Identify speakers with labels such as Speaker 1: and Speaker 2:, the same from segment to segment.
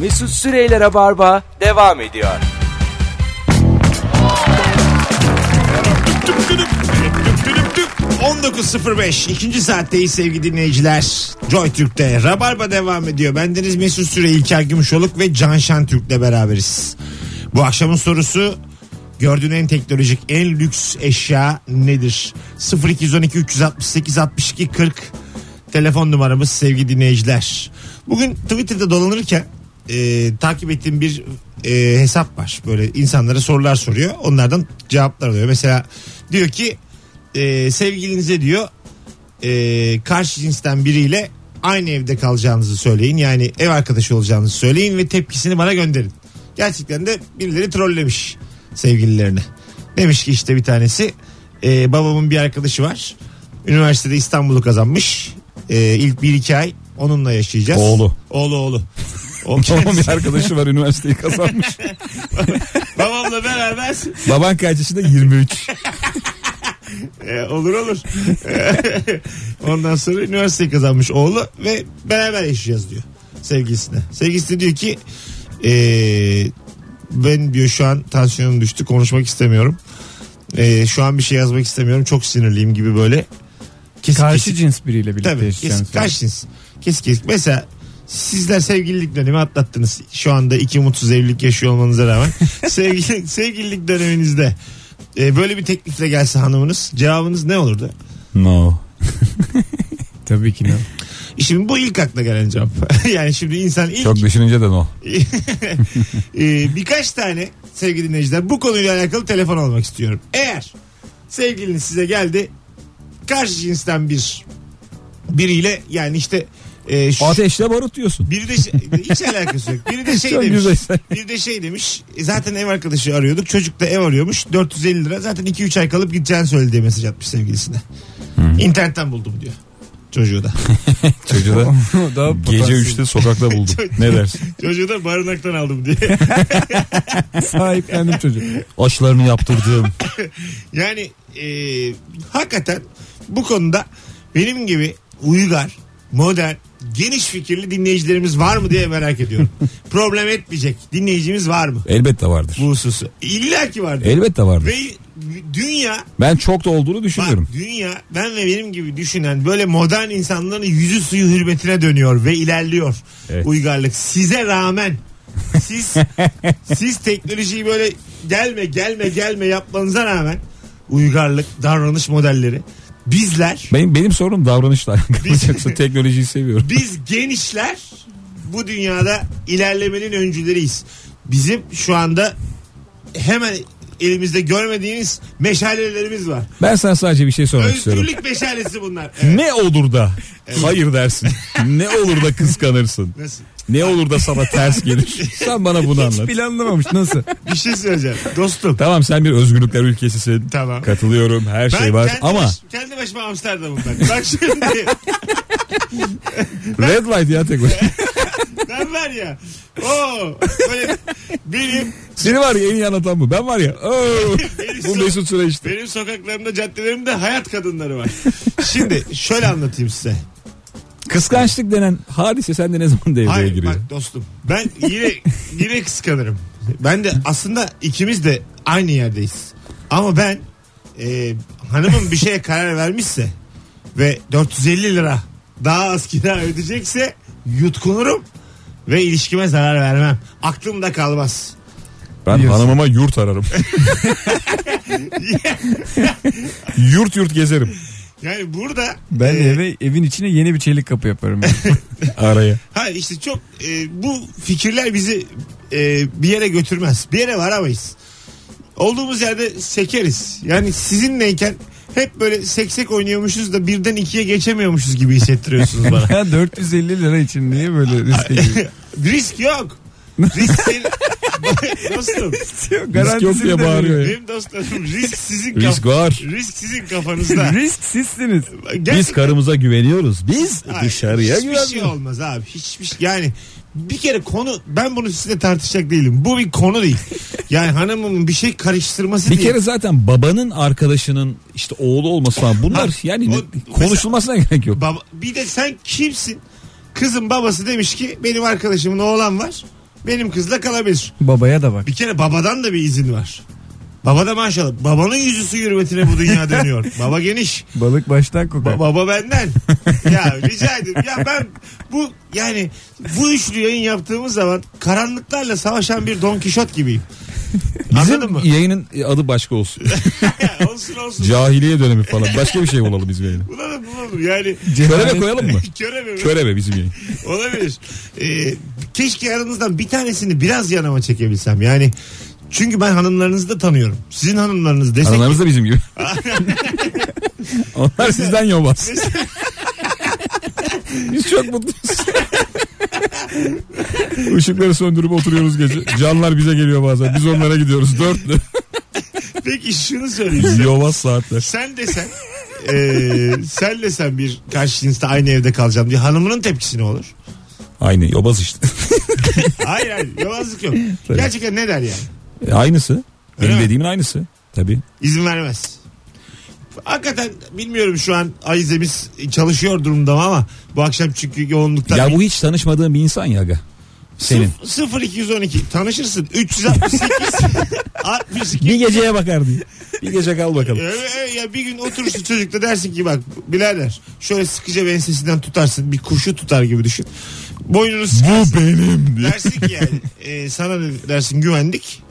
Speaker 1: Mesut Süreyler'e barba devam ediyor.
Speaker 2: Tüp tüdüp, tüp tüdüp tüp. 19.05 ikinci saatteyiz sevgili dinleyiciler. Joy Türk'te Rabarba devam ediyor. Bendeniz Mesut Süre, İlker Gümüşoluk ve Can Şen Türk'le beraberiz. Bu akşamın sorusu gördüğün en teknolojik en lüks eşya nedir? 0212 368 62 40 telefon numaramız sevgili dinleyiciler. Bugün Twitter'da dolanırken e, takip ettiğim bir e, hesap var. Böyle insanlara sorular soruyor. Onlardan cevaplar alıyor. Mesela diyor ki e, sevgilinize diyor e, karşı cinsten biriyle aynı evde kalacağınızı söyleyin. Yani ev arkadaşı olacağınızı söyleyin ve tepkisini bana gönderin. Gerçekten de birileri trollemiş sevgililerini. Demiş ki işte bir tanesi e, babamın bir arkadaşı var. Üniversitede İstanbul'u kazanmış. E, ilk bir iki ay onunla yaşayacağız.
Speaker 3: Oğlu.
Speaker 2: Oğlu oğlu. O
Speaker 3: Babamın bir arkadaşı var üniversiteyi kazanmış.
Speaker 2: babamla beraber
Speaker 3: Baban kaç yaşında? 23.
Speaker 2: E, olur olur. E, Ondan sonra üniversiteyi kazanmış oğlu ve beraber yaşayacağız diyor sevgilisine. Sevgilisi de diyor ki e, ben diyor şu an tansiyonum düştü konuşmak istemiyorum. E, şu an bir şey yazmak istemiyorum çok sinirliyim gibi böyle. Kesik
Speaker 4: Karşı
Speaker 2: kesik.
Speaker 4: cins biriyle birlikte
Speaker 2: Tabii
Speaker 4: yaşayacaksınız.
Speaker 2: kesik, karşıyız. Kesik kesik. Mesela sizler sevgililik dönemi atlattınız. Şu anda iki mutsuz evlilik yaşıyor olmanıza rağmen. Sevgili, sevgililik döneminizde e, böyle bir teklifle gelse hanımınız cevabınız ne olurdu?
Speaker 3: No.
Speaker 4: Tabii ki. ne.
Speaker 2: E, Şimdi bu ilk akla gelen cevap. yani şimdi insan ilk
Speaker 3: Çok düşününce de no.
Speaker 2: e, birkaç tane sevgili dinleyiciler bu konuyla alakalı telefon almak istiyorum. Eğer sevgiliniz size geldi karşı cinsten bir biriyle yani işte e, şu-
Speaker 3: Ateşle barut diyorsun.
Speaker 2: biri de şey- hiç alakası yok. Biri de şey
Speaker 3: Çok
Speaker 2: demiş.
Speaker 3: güzel.
Speaker 2: Biri de şey demiş. e, Zaten ev arkadaşı arıyorduk. Çocuk da ev arıyormuş. 450 lira. Zaten 2-3 ay kalıp gideceğini söyledi diye mesaj atmış sevgilisine. İnternetten buldum diyor. Çocuğu da.
Speaker 3: Çocuğu da
Speaker 4: Daha
Speaker 3: gece
Speaker 4: potansiyel.
Speaker 3: 3'te sokakta buldum. ne dersin?
Speaker 2: Çocuğu da barınaktan aldım diye.
Speaker 4: Sahiplendim çocuğu.
Speaker 3: Aşlarını yaptırdım.
Speaker 2: Yani e, hakikaten bu konuda benim gibi uygar, modern, geniş fikirli dinleyicilerimiz var mı diye merak ediyorum. Problem etmeyecek dinleyicimiz var mı
Speaker 3: Elbette vardır.
Speaker 2: bu hususu? İlla ki vardır.
Speaker 3: Elbette vardır.
Speaker 2: Ve dünya,
Speaker 3: Ben çok da olduğunu
Speaker 2: bak,
Speaker 3: düşünüyorum.
Speaker 2: dünya ben ve benim gibi düşünen böyle modern insanların yüzü suyu hürmetine dönüyor ve ilerliyor
Speaker 3: Evet.
Speaker 2: uygarlık. Size rağmen siz siz teknolojiyi böyle gelme gelme gelme yapmanıza rağmen uygarlık davranış modelleri bizler
Speaker 3: Benim, benim sorunum davranışla alakalı. Yoksa teknolojiyi seviyorum.
Speaker 2: biz genişler bu dünyada ilerlemenin öncüleriyiz. Bizim şu anda hemen elimizde görmediğimiz meşalelerimiz var.
Speaker 3: Ben sana sadece bir şey sormak istiyorum.
Speaker 2: Özgürlük meşalesi bunlar. Evet,
Speaker 3: Ne olur da hayır dersin. ne olur da kıskanırsın.
Speaker 2: Nasıl?
Speaker 3: Ne olur da sana ters gelir. Sen bana bunu anlat.
Speaker 4: Planlamamış nasıl?
Speaker 2: Bir şey söyleyeceğim dostum.
Speaker 3: Tamam sen bir özgürlükler ülkesisin.
Speaker 2: Tamam.
Speaker 3: Katılıyorum her şey var
Speaker 2: kendi,
Speaker 3: ama
Speaker 2: baş- kendi başıma Amsterdam'ım ben. Bak şimdi
Speaker 3: red light ya tek başına.
Speaker 2: ben var ya. Oo, böyle benim,
Speaker 3: Seni var ya en iyi anlatan bu. Ben var ya. oo,
Speaker 2: benim
Speaker 3: bu
Speaker 2: so-
Speaker 3: Mesut Süre işte.
Speaker 2: Benim sokaklarımda, caddelerimde hayat kadınları var. Şimdi şöyle anlatayım size.
Speaker 3: Kıskançlık denen hadise sende ne zaman devreye
Speaker 2: Hayır
Speaker 3: giriyor?
Speaker 2: bak dostum. Ben yine yine kıskanırım. Ben de aslında ikimiz de aynı yerdeyiz. Ama ben e, hanımım bir şeye karar vermişse ve 450 lira daha az kira ödeyecekse yutkunurum ve ilişkime zarar vermem. Aklımda kalmaz.
Speaker 3: ben
Speaker 4: biliyorsun.
Speaker 3: hanımıma yurt ararım. yurt yurt gezerim
Speaker 2: Yani burada
Speaker 4: Ben
Speaker 2: e,
Speaker 4: de eve, evin içine yeni bir çelik kapı yaparım. yani.
Speaker 3: araya.
Speaker 2: Hayır işte çok e, bu fikirler bizi e, bir yere götürmez. Bir yere varamayız. Olduğumuz yerde sekeriz. Yani sizinleyken hep böyle seksek oynuyormuşuz da birden ikiye geçemiyormuşuz gibi hissettiriyorsunuz bana.
Speaker 4: Ya 450 lira için niye böyle riske giriyor?
Speaker 2: Risk yok. Risk senin... dostum.
Speaker 3: Risk yok diye bağırıyor ya.
Speaker 2: Benim dostlarım risk sizin kaf-
Speaker 3: Risk var.
Speaker 2: Risk sizin kafanızda.
Speaker 4: Risk sizsiniz.
Speaker 2: Gerçekten-
Speaker 3: Biz karımıza güveniyoruz. Biz
Speaker 2: Hayır,
Speaker 3: dışarıya
Speaker 2: Hiçbir
Speaker 3: güveniyoruz.
Speaker 2: şey olmaz abi. Hiçbir şey. Yani bir kere konu ben bunu sizinle tartışacak değilim. Bu bir konu değil. Yani hanımımın bir şey karıştırması
Speaker 3: Bir
Speaker 2: değil.
Speaker 3: kere zaten babanın arkadaşının işte oğlu olması falan bunlar
Speaker 2: Ha,
Speaker 3: yani
Speaker 2: o-
Speaker 3: konuşulmasına gerek yok.
Speaker 2: Baba, bir de sen kimsin? Kızın babası demiş ki benim arkadaşımın oğlan var. Benim kızla kalabilir.
Speaker 4: Babaya da bak.
Speaker 2: Bir kere babadan da bir izin var. Baba da maşallah. Babanın yüzü su hürmetine bu dünya dönüyor. Baba geniş.
Speaker 4: Balık baştan kokar.
Speaker 2: Ba- baba benden. ya rica ederim. Ya ben bu yani bu üçlü yayın yaptığımız zaman karanlıklarla savaşan bir Don Kişot gibiyim. Anladın
Speaker 3: Bizim
Speaker 2: mı?
Speaker 3: yayının adı başka olsun.
Speaker 2: Ya, olsun olsun.
Speaker 3: Cahiliye dönemi falan. Başka bir şey olalım bizim yayına.
Speaker 2: Bulalım bulalım yani.
Speaker 3: Körebe koyalım mı?
Speaker 2: Körebe mi?
Speaker 3: Körebe bizim yayın.
Speaker 2: Olabilir. Ee, keşke aranızdan bir tanesini biraz yanıma çekebilsem. Yani çünkü ben hanımlarınızı da tanıyorum. Sizin hanımlarınız desek ki-
Speaker 3: Analarımız da bizim gibi. Onlar sizden yobaz. Biz çok mutluyuz. Işıkları söndürüp oturuyoruz gece. Canlar bize geliyor bazen. Biz onlara gidiyoruz. Dörtlü.
Speaker 2: Peki şunu söyleyeyim.
Speaker 3: Yobaz saatler.
Speaker 2: sen desen eee sen desen bir karşı cinste aynı evde kalacağım diye hanımının tepkisi ne olur?
Speaker 3: Aynı yobaz işte.
Speaker 2: Hayır hayır yalazlık yok.
Speaker 3: Tabii.
Speaker 2: Gerçekten ne der yani?
Speaker 3: E, aynısı.
Speaker 2: Öyle
Speaker 3: Benim
Speaker 2: mi?
Speaker 3: dediğimin aynısı. Tabii.
Speaker 2: İzin vermez. Hakikaten bilmiyorum şu an Ayizemiz çalışıyor durumda ama bu akşam çünkü yoğunluktan
Speaker 3: Ya bu hiç tanışmadığın bir insan ya aga. Senin.
Speaker 2: Sıf- 0212 tanışırsın 368 62
Speaker 3: Bir geceye bakar diye. Bir gece kal bakalım.
Speaker 2: Evet, evet. ya bir gün oturursun çocukla dersin ki bak birader şöyle sıkıca ben sesinden tutarsın bir kuşu tutar gibi düşün. Boynunu sıkarsın.
Speaker 3: benim diye.
Speaker 2: dersin ki yani e, sana ne dersin güvendik.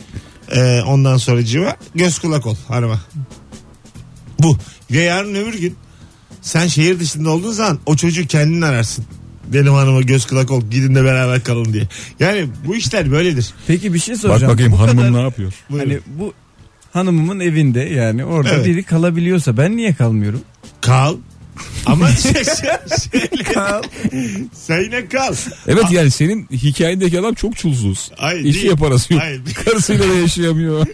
Speaker 2: E, ondan sonra civa göz kulak ol hanıma. Bu ve yarın öbür gün sen şehir dışında olduğun zaman o çocuğu kendin ararsın. Benim hanıma göz kulak ol gidin de beraber kalın diye. Yani bu işler böyledir.
Speaker 4: Peki bir şey
Speaker 3: Bak
Speaker 4: soracağım.
Speaker 3: bakayım
Speaker 4: Bu
Speaker 3: hanımım
Speaker 4: kadar-
Speaker 3: ne yapıyor?
Speaker 2: Buyurun.
Speaker 4: Hani bu hanımımın evinde yani orada
Speaker 2: Evet.
Speaker 4: biri kalabiliyorsa ben niye kalmıyorum?
Speaker 2: Kal. Ama şey, şey- sen yine kal.
Speaker 3: Evet yani senin hikayendeki adam çok çulsuz.
Speaker 2: Ay,
Speaker 3: İşi
Speaker 2: değil.
Speaker 3: yaparası yok.
Speaker 2: Hayır.
Speaker 3: Karısıyla da yaşayamıyor.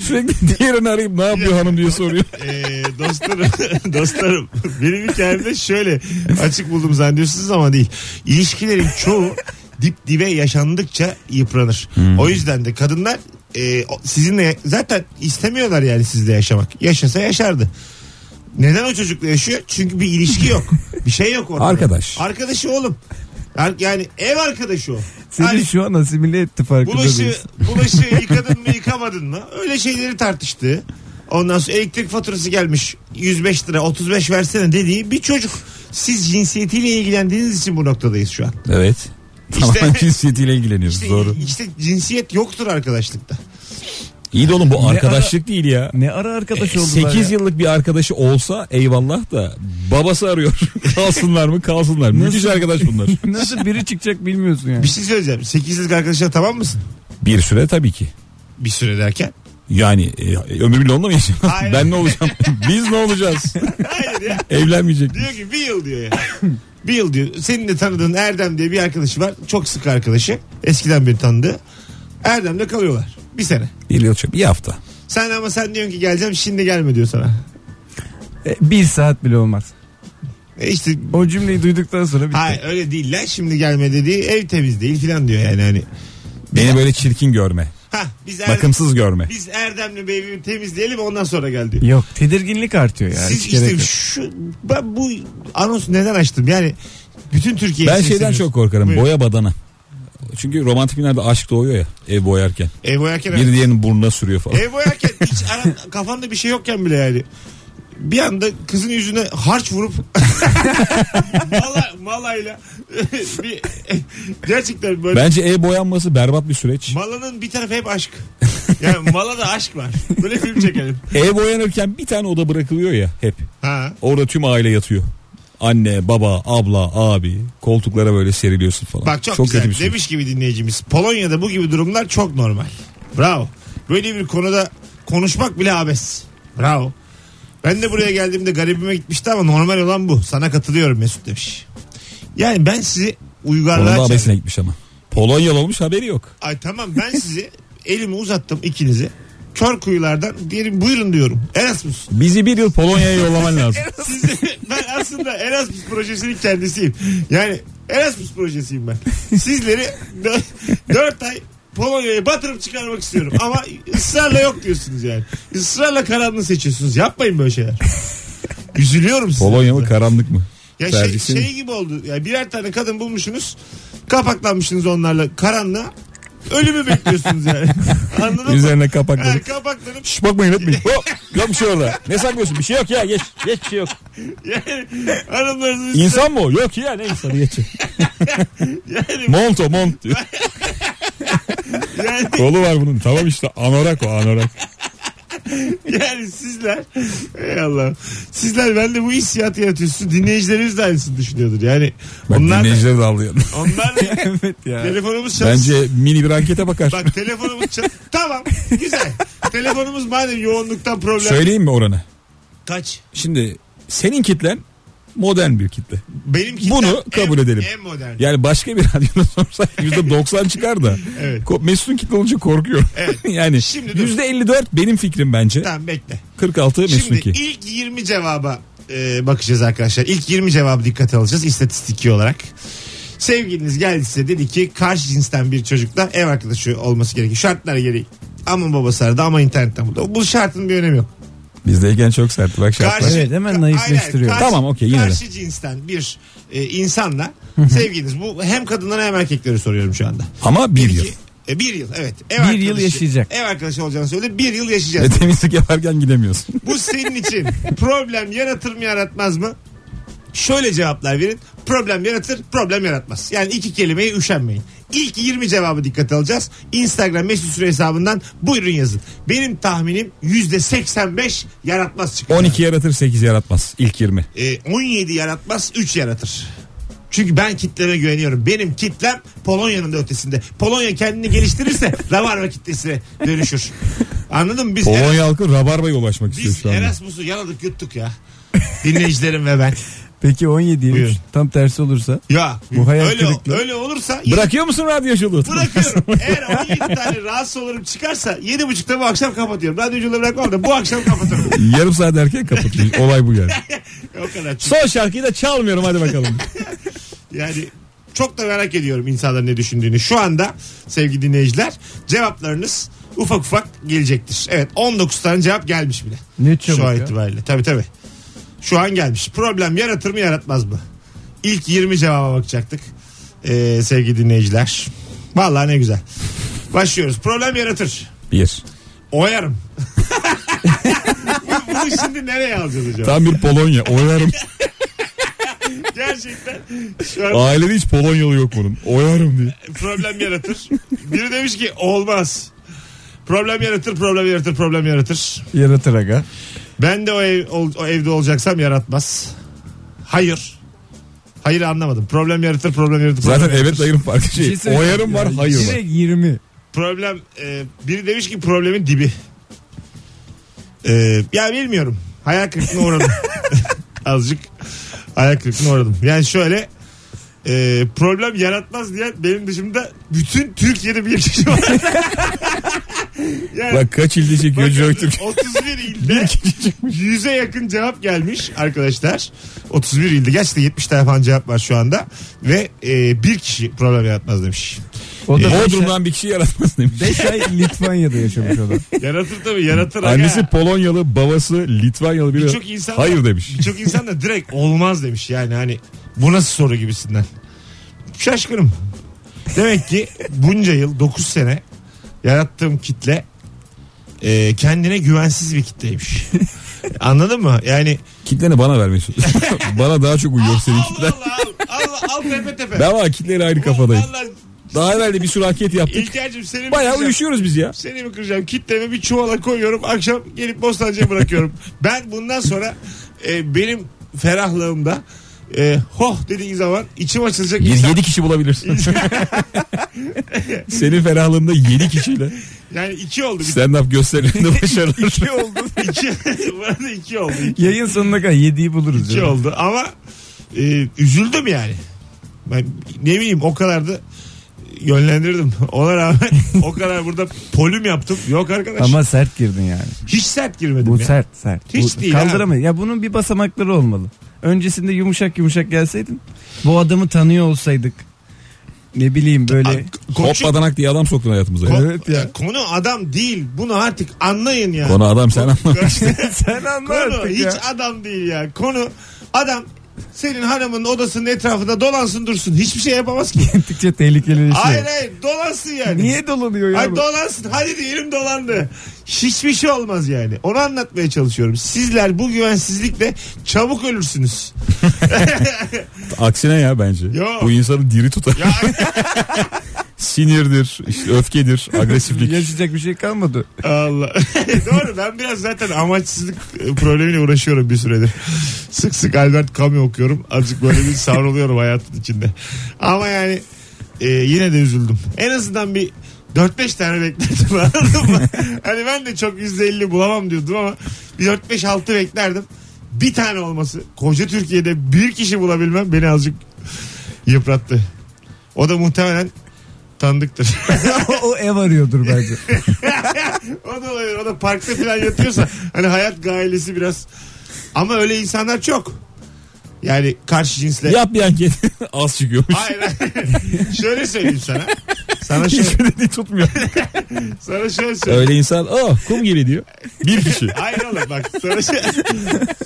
Speaker 3: Sürekli diğerini arayıp ne yapıyor hanım diye soruyor.
Speaker 2: Ee, dostlarım, dostlarım benim hikayemde şöyle açık buldum zannediyorsunuz ama değil. İlişkilerin çoğu dip dibe yaşandıkça yıpranır. O yüzden de kadınlar e, o- sizinle zaten istemiyorlar yani sizle yaşamak. Yaşasa yaşardı. Neden o çocukla yaşıyor? Çünkü bir ilişki yok. Bir şey yok ortada.
Speaker 3: Arkadaş.
Speaker 2: Arkadaşı oğlum. Ar- Yani ev arkadaşı o.
Speaker 4: Seni
Speaker 2: Hani-
Speaker 4: şu an asimile etti farkında
Speaker 2: Bulaşı,
Speaker 4: değilsin.
Speaker 2: bulaşı yıkadın mı yıkamadın mı? Öyle şeyleri tartıştı. Ondan sonra elektrik faturası gelmiş 105 lira 35 versene dediği bir çocuk. Siz cinsiyetiyle ilgilendiğiniz için bu noktadayız şu an.
Speaker 3: Evet.
Speaker 2: İşte-
Speaker 3: Tamamen cinsiyetiyle ilgileniyoruz
Speaker 2: İşte,
Speaker 3: doğru.
Speaker 2: işte cinsiyet yoktur arkadaşlıkta.
Speaker 3: İyi de oğlum bu
Speaker 4: Ne
Speaker 3: arkadaşlık değil ya. E,
Speaker 4: Ne ara arkadaş oldular
Speaker 3: 8
Speaker 4: ya?
Speaker 3: yıllık bir arkadaşı olsa eyvallah da babası arıyor. Kalsınlar mı? Kalsınlar. Müthiş arkadaş bunlar.
Speaker 4: Nasıl biri çıkacak bilmiyorsun yani.
Speaker 2: Bir şey söyleyeceğim. 8 yıllık arkadaşlar tamam mısın?
Speaker 3: Bir süre tabii ki.
Speaker 2: Bir süre derken.
Speaker 3: Yani e, ömür bile onunla mı yaşayacağım?
Speaker 2: Aynen.
Speaker 3: Ben ne olacağım? Biz ne olacağız?
Speaker 2: Hayır ya.
Speaker 3: Evlenmeyecek.
Speaker 2: Diyor ki bir yıl diyor ya. bir yıl diyor. Senin de tanıdığın Erdem diye bir arkadaşı var. Çok sık arkadaşı. Eskiden beri tanıdığı. Erdem'le kalıyorlar. Bir sene.
Speaker 3: Bir yıl çok. Bir hafta.
Speaker 2: Sen ama sen diyorsun ki geleceğim şimdi gelme diyor sana.
Speaker 4: E, bir saat bile olmaz.
Speaker 2: E işte
Speaker 4: O cümleyi duyduktan sonra bitti.
Speaker 2: hayır öyle değil lan şimdi gelme dediği ev temiz değil filan diyor yani hani.
Speaker 3: Beni böyle çirkin görme.
Speaker 2: Ha biz Erdem,
Speaker 3: Bakımsız görme.
Speaker 2: biz Erdem'le bebeğimi temizleyelim ondan sonra gel diyor.
Speaker 4: Yok tedirginlik artıyor ya.
Speaker 2: Siz
Speaker 4: hiç gerek
Speaker 2: işte
Speaker 4: yok.
Speaker 2: şu ben bu anonsu neden açtım yani bütün Türkiye
Speaker 3: Ben
Speaker 2: için
Speaker 3: şeyden
Speaker 2: seviyorsun.
Speaker 3: çok korkarım.
Speaker 2: Buyurun.
Speaker 3: Boya badana. Çünkü romantik filmlerde aşk doğuyor ya ev boyarken.
Speaker 2: Ev boyarken
Speaker 3: Bir diğerinin burnuna sürüyor falan.
Speaker 2: ev boyarken hiç ara- kafanda bir şey yokken bile yani. Bir anda kızın yüzüne harç vurup mala, malayla bir, gerçekten böyle
Speaker 3: Bence ev boyanması berbat bir süreç.
Speaker 2: Malanın bir tarafı hep aşk. Yani malada aşk var. Böyle film çekelim.
Speaker 3: Ev boyanırken bir tane oda bırakılıyor ya hep.
Speaker 2: Ha.
Speaker 3: Orada tüm aile yatıyor. Anne, baba, abla, abi koltuklara böyle seriliyorsun falan.
Speaker 2: Bak çok, güzel.
Speaker 3: kötü bir şey. süreç.
Speaker 2: Demiş gibi dinleyicimiz. Polonya'da bu gibi durumlar çok normal. Bravo. Böyle bir konuda konuşmak bile abes. Bravo. Ben de buraya geldiğimde garibime gitmişti ama normal olan bu. Sana katılıyorum Mesut demiş. Yani ben sizi
Speaker 3: Onun da
Speaker 2: uygarlığa
Speaker 3: abesine
Speaker 2: çağırıyorum.
Speaker 3: gitmiş ama. Polonyalı olmuş haberi yok.
Speaker 2: Ay tamam ben sizi elimi uzattım ikinizi. Kör kuyulardan diyelim buyurun diyorum. Erasmus.
Speaker 3: Bizi bir yıl Polonya'ya yollaman lazım.
Speaker 2: Siz- ben aslında Erasmus projesinin kendisiyim. Yani Erasmus projesiyim ben. Sizleri 4 ay Polonya'ya batırıp çıkarmak istiyorum. Ama ısrarla yok diyorsunuz yani. Israrla karanlığı seçiyorsunuz. Yapmayın böyle şeyler. Üzülüyorum size.
Speaker 3: Polonya mı karanlık mı?
Speaker 2: Ya şey,
Speaker 3: Tercihsin.
Speaker 2: şey gibi oldu. Ya birer tane kadın bulmuşsunuz. Kapaklanmışsınız onlarla karanlığa. Ölümü bekliyorsunuz yani. Anladın mı?
Speaker 3: Üzerine
Speaker 2: Ha,
Speaker 3: kapakları.
Speaker 2: kapaklanıp
Speaker 3: Şş bakmayın etmeyin. Hop, yok bir şey orada. Ne saklıyorsun? Bir şey yok ya geç. Geç bir şey yok.
Speaker 2: yani hanımlarınızın üstüne-
Speaker 3: İnsan mı o? Yok ya ne insanı geç.
Speaker 2: yani,
Speaker 3: Mont o mont diyor.
Speaker 2: yani,
Speaker 3: Kolu var bunun. Tamam işte anorak o anorak.
Speaker 2: yani sizler ey Allah sizler bende bu hissiyatı yaratıyorsunuz dinleyicilerimiz de aynısını düşünüyordur yani onlar da,
Speaker 3: de alıyorum.
Speaker 2: onlar da
Speaker 4: evet ya.
Speaker 2: telefonumuz çalsın
Speaker 3: Bence mini bir ankete bakar.
Speaker 2: bak telefonumuz çal tamam güzel telefonumuz madem yoğunluktan problem
Speaker 3: Söyleyeyim mi oranı?
Speaker 2: kaç
Speaker 3: Şimdi senin kitlen modern bir kitle.
Speaker 2: benim kitlem
Speaker 3: Bunu kabul
Speaker 2: en,
Speaker 3: edelim.
Speaker 2: en modern
Speaker 3: Yani başka bir radyoda sorsak %90 çıkar da.
Speaker 2: Evet.
Speaker 3: Ko- Mesut'un kitle olunca korkuyor.
Speaker 2: Evet.
Speaker 3: yani
Speaker 2: Şimdi dur.
Speaker 3: %54 benim fikrim bence.
Speaker 2: tamam bekle
Speaker 3: 46
Speaker 2: Şimdi
Speaker 3: Mesut'unki.
Speaker 2: ilk 20 cevaba e, bakacağız arkadaşlar. İlk 20 cevabı dikkate alacağız istatistiki olarak. Sevgiliniz geldi size dedi ki karşı cinsten bir çocukla ev arkadaşı olması gerekiyor. Şartlar gereği. Ama babası aradı ama internetten buldu. Bu şartın bir önemi yok.
Speaker 3: Bizdeyken çok sertti bak şartlar.
Speaker 2: Karşı-
Speaker 4: Evet, hemen
Speaker 2: Ka-
Speaker 4: naifleştiriyor.
Speaker 2: Aynen,
Speaker 3: Tamam, okey, yine de.
Speaker 2: Karşı cinsten bir e, insanla sevgiliniz. Bu hem kadınlara hem erkeklere soruyorum şu anda.
Speaker 3: Ama bir yıl.
Speaker 2: İki- e, bir yıl evet. Ev
Speaker 4: Bir yıl yaşayacak.
Speaker 2: Ev arkadaşı olacağını söyle bir yıl
Speaker 3: E,
Speaker 2: yaşayacağız.
Speaker 3: temizlik yaparken gidemiyorsun.
Speaker 2: Bu senin için problem yaratır mı yaratmaz mı? Şöyle cevaplar verin. Problem yaratır, problem yaratmaz. Yani iki kelimeyi üşenmeyin. İlk 20 cevabı dikkate alacağız. Instagram mesut süre hesabından buyurun yazın. Benim tahminim %85 yaratmaz çıkacak.
Speaker 3: 12 yaratır 8 yaratmaz. İlk 20.
Speaker 2: Ee, 17 yaratmaz, 3 yaratır. Çünkü ben kitleme güveniyorum. Benim kitlem Polonya'nın da ötesinde. Polonya kendini geliştirirse Rabarba kitlesine dönüşür. Anladın mı? Biz
Speaker 3: Polonya halkı rabarbaya ulaşmak istiyor
Speaker 2: biz
Speaker 3: şu anda.
Speaker 2: Erasmus'u yaladık yuttuk ya. Dinleyicilerim ve ben.
Speaker 4: Peki 17'ye
Speaker 2: Buyurun.
Speaker 4: üç, tam tersi olursa
Speaker 2: Ya
Speaker 4: Bu hayal
Speaker 2: öyle,
Speaker 4: kırıklığı.
Speaker 2: öyle olursa
Speaker 3: Bırakıyor musun radyoculuğu?
Speaker 2: bırakıyorum. Eğer 17 tane rahatsız olurum çıkarsa 7.30'da bu akşam kapatıyorum. Radyoculuğu bırakmam da bu akşam kapatırım.
Speaker 3: Yarım saat erken kapatıyor. Olay bu yani.
Speaker 2: o kadar. Çünkü
Speaker 3: Son şarkıyı da çalmıyorum hadi bakalım.
Speaker 2: yani çok da merak ediyorum insanların ne düşündüğünü. Şu anda sevgili dinleyiciler cevaplarınız ufak ufak gelecektir. Evet 19 tane cevap gelmiş bile.
Speaker 4: ne
Speaker 2: Şu an
Speaker 4: çabuk ya.
Speaker 2: itibariyle. Tabii tabii. Şu an gelmiş. Problem yaratır mı yaratmaz mı? İlk 20 cevaba bakacaktık. Ee, sevgili dinleyiciler. Vallahi ne güzel. Başlıyoruz. Problem yaratır.
Speaker 3: Bir.
Speaker 2: Oyarım. Bunu şimdi nereye alacağız acaba?
Speaker 3: Tam bir Polonya. Oyarım.
Speaker 2: Gerçekten şu an
Speaker 3: Ailede hiç Polonyalı yok bunun. Oyarım diye.
Speaker 2: problem yaratır. Biri demiş ki olmaz. Problem yaratır, problem yaratır, problem yaratır.
Speaker 4: Yaratır aga.
Speaker 2: Ben de o, ev, ol- o evde olacaksam yaratmaz. Hayır. Hayır anlamadım. Problem yaratır, problem yaratır. Problem
Speaker 3: Zaten
Speaker 2: yaratır.
Speaker 3: evet hayırın farkı şey.
Speaker 4: Bir söyleyeyim
Speaker 3: Oyarım
Speaker 4: ya,
Speaker 3: var hayır var.
Speaker 4: Direkt 20.
Speaker 2: problem e, biri demiş ki problemin dibi. E, ya bilmiyorum. Hayal kırıklığına uğradım. Azıcık hayal kırıklığına uğradım. Yani şöyle e, problem yaratmaz diye benim dışımda bütün Türkiye'de bir kişi var. yani,
Speaker 3: Bak kaç ilde çekiyor
Speaker 2: bakın,
Speaker 3: Joytürk.
Speaker 2: 31 ilde 100'e yakın cevap gelmiş arkadaşlar. 31 ilde gerçekten 70 tane falan cevap var şu anda. Ve e, bir kişi problem yaratmaz demiş.
Speaker 4: O da
Speaker 3: Bodrum'dan bir kişi yaratmaz demiş.
Speaker 4: 5 ay Litvanya'da yaşamış o da.
Speaker 2: Yaratır tabii yaratır. aga.
Speaker 3: Annesi Polonyalı, babası Litvanyalı biri.
Speaker 2: Birçok insan
Speaker 3: Hayır demiş.
Speaker 2: Birçok insan da direkt olmaz demiş yani hani bu nasıl soru gibisinden. Şaşkınım. Demek ki bunca yıl 9 sene yarattığım kitle e, kendine güvensiz bir kitleymiş. Anladın mı? Yani
Speaker 3: Kitleni bana ver Mesut. bana daha çok uyuyor senin
Speaker 2: Allah
Speaker 3: kitlen.
Speaker 2: Allah Allah al tepe tepe.
Speaker 3: Ben var kitleyle ayrı kafadayım.
Speaker 2: Vallahi
Speaker 3: Daha evvel de bir sürü anket yaptık.
Speaker 2: İlker'cim seni mi
Speaker 3: Bayağı
Speaker 2: kıracağım?
Speaker 3: uyuşuyoruz biz ya.
Speaker 2: Seni mi kıracağım? Kitleme bir çuvala koyuyorum. Akşam gelip Bostancı'ya bırakıyorum. ben bundan sonra e, benim ferahlığımda e, hoh dediğin zaman içim açılacak
Speaker 3: Bir
Speaker 2: insan.
Speaker 3: 7 kişi bulabilirsin. Senin ferahlığında 7 kişiyle
Speaker 2: Yani iki oldu. Bir
Speaker 3: stand up gösterilerinde başarılar.
Speaker 4: İki oldu.
Speaker 2: iki, bu arada iki oldu.
Speaker 4: Yayın sonuna kadar 7'yi buluruz.
Speaker 2: İki
Speaker 4: ya.
Speaker 2: oldu ama e, üzüldüm yani. Ben ne bileyim o kadar da yönlendirdim. Ona rağmen o kadar burada polüm yaptım. Yok arkadaş.
Speaker 4: Ama sert girdin yani.
Speaker 2: hiç sert girmedim
Speaker 4: Bu
Speaker 2: ya.
Speaker 4: sert sert.
Speaker 2: Hiç
Speaker 4: Bu-
Speaker 2: değil
Speaker 4: Kaldıramayız. Ya bunun bir basamakları olmalı. Öncesinde yumuşak yumuşak gelseydin. Bu adamı tanıyor olsaydık. Ne bileyim böyle.
Speaker 2: Koçum-
Speaker 3: Hopladanak diye adam soktun hayatımıza.
Speaker 2: Ko- e,
Speaker 4: Evet ya.
Speaker 2: Konu adam değil. Bunu artık anlayın ya.
Speaker 3: Konu adam sen anlamışsın.
Speaker 4: Sen anla
Speaker 2: Konu
Speaker 4: artık
Speaker 2: hiç
Speaker 4: ya.
Speaker 2: adam değil ya. Konu adam Senin hanımın odasının etrafında dolansın dursun. Hiçbir şey yapamaz ki.
Speaker 4: Gittikçe tehlikelileşiyor.
Speaker 2: hayır hayır dolansın yani.
Speaker 4: Niye dolanıyor ya?
Speaker 2: Ay
Speaker 4: bu?
Speaker 2: dolansın hadi diyelim dolandı. Hiçbir şey olmaz yani. Onu anlatmaya çalışıyorum. Sizler bu güvensizlikle çabuk ölürsünüz.
Speaker 3: Aksine ya bence.
Speaker 2: Yo.
Speaker 3: Bu insanı diri tutar.
Speaker 2: Ya
Speaker 3: Sinirdir, işte öfkedir, agresiflik.
Speaker 4: Yaşayacak bir şey kalmadı.
Speaker 2: Allah. Doğru ben biraz zaten amaçsızlık e, problemiyle uğraşıyorum bir süredir. Sık sık Albert Camus okuyorum. Azıcık böyle bir savruluyorum hayatın içinde. Ama yani e, yine de üzüldüm. En azından bir 4-5 tane beklerdim anladın mı? hani ben de çok %50 bulamam diyordum ama bir 4-5-6 beklerdim. Bir tane olması koca Türkiye'de bir kişi bulabilmem beni azıcık yıprattı. O da muhtemelen tanıdıktır.
Speaker 4: O- o ev arıyordur bence.
Speaker 2: O da olabilir. O da parkta falan yatıyorsa hani hayat gailesi biraz. Ama öyle insanlar çok. Yani karşı cinsle.
Speaker 3: Yap bir anket. Az çıkıyormuş.
Speaker 2: Hayır. hayır. şöyle söyleyeyim sana. Sana şöyle,
Speaker 3: Hiçbir dediği tutmuyor.
Speaker 2: sana şöyle söyleyeyim.
Speaker 3: Öyle insan oh kum gibi diyor. Bir kişi.
Speaker 2: Hayır oğlum bak sana şöyle,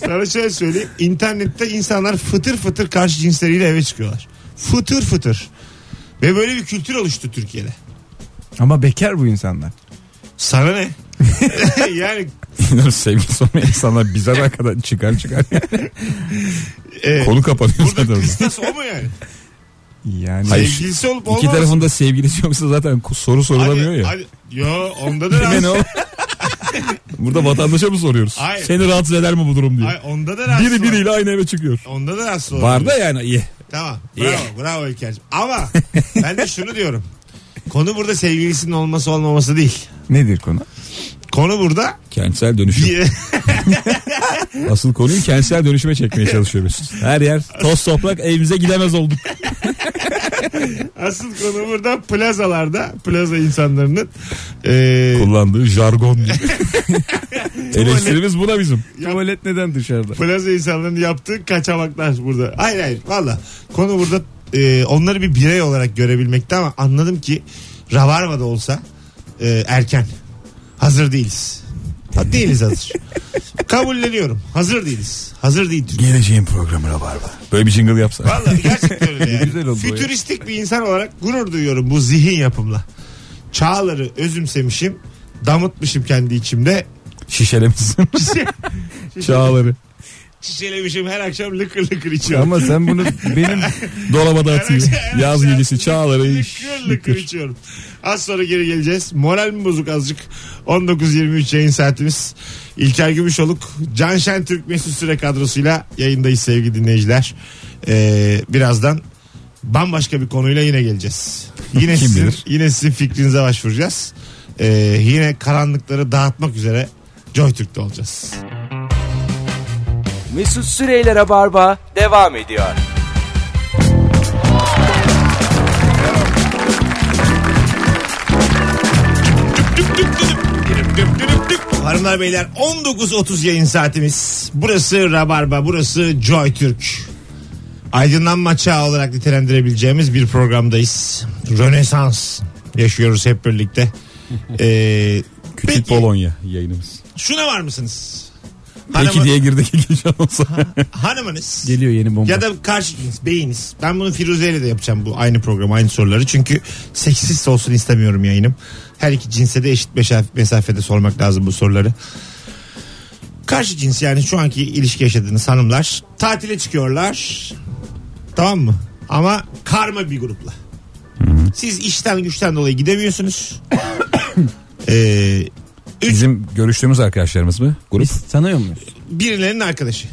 Speaker 2: sana şöyle söyleyeyim. İnternette insanlar fıtır fıtır karşı cinsleriyle eve çıkıyorlar. Fıtır fıtır. Ve böyle bir kültür oluştu Türkiye'de.
Speaker 4: Ama bekar bu insanlar.
Speaker 2: Sana ne? yani
Speaker 3: İnanın sevgilisi olmayan insanlar bize de kadar çıkar çıkar.
Speaker 2: e,
Speaker 3: Konu kapanıyor zaten.
Speaker 2: burada
Speaker 3: orada.
Speaker 2: kıstas o mu yani?
Speaker 4: Yani
Speaker 3: Hayır.
Speaker 2: Sevgilisi olup
Speaker 3: İki
Speaker 2: olmaması.
Speaker 3: tarafında sevgilisi yoksa zaten soru sorulamıyor
Speaker 2: Hadi-
Speaker 3: ya.
Speaker 2: hadi- Yo onda da
Speaker 3: Yine ne
Speaker 2: rahatsız.
Speaker 3: o? Burada vatandaşa mı soruyoruz?
Speaker 2: Hayır.
Speaker 3: Seni rahatsız eder mi bu durum diye.
Speaker 2: Ay, onda da rahatsız.
Speaker 3: Biri biriyle aynı eve çıkıyor.
Speaker 2: Onda da rahatsız olur.
Speaker 3: Var da yani iyi.
Speaker 2: Tamam. Bravo. Bravo İlker'cim. Ama ben de şunu diyorum. Konu burada sevgilisinin olması olmaması değil.
Speaker 4: nedir konu?
Speaker 2: Konu burada
Speaker 3: Kentsel dönüşüm. Asıl konuyu kentsel dönüşüme çekmeye çalışıyoruz. Her yer toz toprak evimize gidemez olduk.
Speaker 2: asıl konu burada plazalarda plaza insanlarının e,
Speaker 3: Kullandığı jargon gibi. Eleştirimiz buna bizim.
Speaker 4: Tuvalet neden dışarıda?
Speaker 2: plaza insanlarının yaptığı kaçamaklar burada. Hayır hayır valla. Konu burada e, onları bir birey olarak görebilmekte ama anladım ki Ravarma da olsa e, erken. Hazır değiliz. Ha, değiliz hazır. Kabulleniyorum. Hazır değiliz. Hazır değil Türkiye.
Speaker 3: Geleceğin programı var Böyle bir jingle yapsa.
Speaker 2: Vallahi gerçekten öyle yani.
Speaker 4: Güzel oldu o ya.
Speaker 2: Fütüristik bir insan olarak gurur duyuyorum bu zihin yapımla. Çağları özümsemişim, damıtmışım kendi içimde.
Speaker 3: Şişelemişsin çağları.
Speaker 2: Şişelemişim her akşam lıkır lıkır içiyorum.
Speaker 4: Ama sen bunu benim
Speaker 3: Dolaba
Speaker 2: Her
Speaker 3: dağıtıyor.
Speaker 2: akşam- her
Speaker 3: Yaz
Speaker 2: akşam
Speaker 3: gecesi çağları.
Speaker 2: Lıkır lıkır içiyorum. Az sonra geri geleceğiz. Moral mi bozuk azıcık? 19.23 yayın saatimiz. İlker Gümüşoluk, Can Şentürk Mesut Süre kadrosuyla yayındayız sevgili dinleyiciler. Ee, birazdan bambaşka bir konuyla yine geleceğiz. Yine
Speaker 3: Kim
Speaker 2: sizin,
Speaker 3: bilir?
Speaker 2: yine sizin fikrinize başvuracağız. Ee, yine karanlıkları dağıtmak üzere JoyTürk'te olacağız.
Speaker 1: Mesut Süreyler'e barba devam ediyor.
Speaker 2: Hanımlar beyler 19.30 yayın saatimiz. Burası Rabarba, burası Joy Türk. Aydınlanma çağı olarak nitelendirebileceğimiz bir programdayız. Rönesans yaşıyoruz hep birlikte. Ee,
Speaker 3: Küçük
Speaker 2: peki,
Speaker 3: Polonya yayınımız.
Speaker 2: şuna var mısınız?
Speaker 3: Peki
Speaker 2: Hanımı-
Speaker 3: diye girdik ikinci anonsa.
Speaker 2: Hanımınız
Speaker 4: geliyor yeni bomba.
Speaker 2: ya da karşı cins, beyiniz. Ben bunu Firuze ile de yapacağım bu aynı program, aynı soruları. Çünkü seksist olsun istemiyorum yayınım. Her iki cinse de eşit meşaf- mesafede sormak lazım bu soruları. Karşı cins yani şu anki ilişki yaşadığınız hanımlar tatile çıkıyorlar. Tamam mı? Ama karma bir grupla. Siz işten güçten dolayı gidemiyorsunuz. ee,
Speaker 3: Bizim görüştüğümüz arkadaşlarımız mı? Grup.
Speaker 4: Biz tanıyor muyuz?
Speaker 2: birilerinin arkadaşı.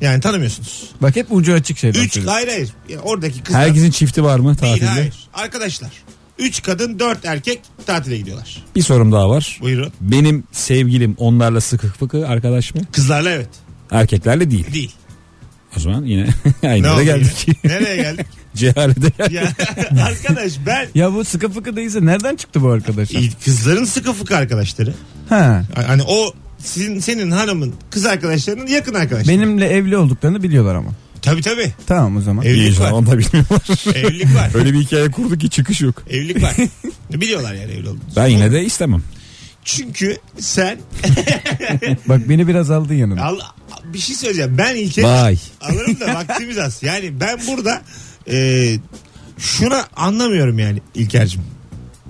Speaker 2: Yani tanımıyorsunuz.
Speaker 4: Bak hep ucu açık şeyler.
Speaker 2: Üç,
Speaker 4: söylüyor.
Speaker 2: hayır hayır. Ya Oradaki kızlar.
Speaker 3: Herkesin çifti var mı
Speaker 2: Değil,
Speaker 3: tatilde?
Speaker 2: hayır. Arkadaşlar. 3 kadın 4 erkek tatile gidiyorlar.
Speaker 3: Bir sorum daha var.
Speaker 2: Buyurun.
Speaker 3: Benim sevgilim onlarla sıkı fıkı arkadaş mı?
Speaker 2: Kızlarla evet.
Speaker 3: Erkeklerle değil.
Speaker 2: Değil.
Speaker 3: O zaman yine
Speaker 2: Ne
Speaker 3: aynı yere
Speaker 2: oldu
Speaker 3: geldik.
Speaker 2: yine? Nereye geldik?
Speaker 3: Cehalete geldik.
Speaker 2: Ya, arkadaş ben
Speaker 4: Ya bu sıkı fıkı değilse nereden çıktı bu arkadaşlar?
Speaker 2: İyi, kızların sıkı fıkı arkadaşları.
Speaker 4: Ha.
Speaker 2: Hani o sizin senin hanımın kız arkadaşlarının yakın arkadaşları.
Speaker 4: Benimle evli olduklarını biliyorlar ama.
Speaker 2: Tabii tabii.
Speaker 4: Tamam o zaman.
Speaker 2: Evlilik
Speaker 3: İyi
Speaker 2: var.
Speaker 3: onu da bilmiyorlar.
Speaker 2: Evlilik var.
Speaker 3: Öyle bir hikaye kurduk ki çıkış yok.
Speaker 2: Evlilik var. Biliyorlar yani evli olduğunu.
Speaker 3: Ben yine de istemem.
Speaker 2: Çünkü sen
Speaker 4: Bak beni biraz aldın yanına.
Speaker 2: Allah, bir şey söyleyeceğim. Ben İlker'i
Speaker 3: Vay.
Speaker 2: alırım da vaktimiz az. Yani ben burada e, şuna anlamıyorum yani İlker'cim.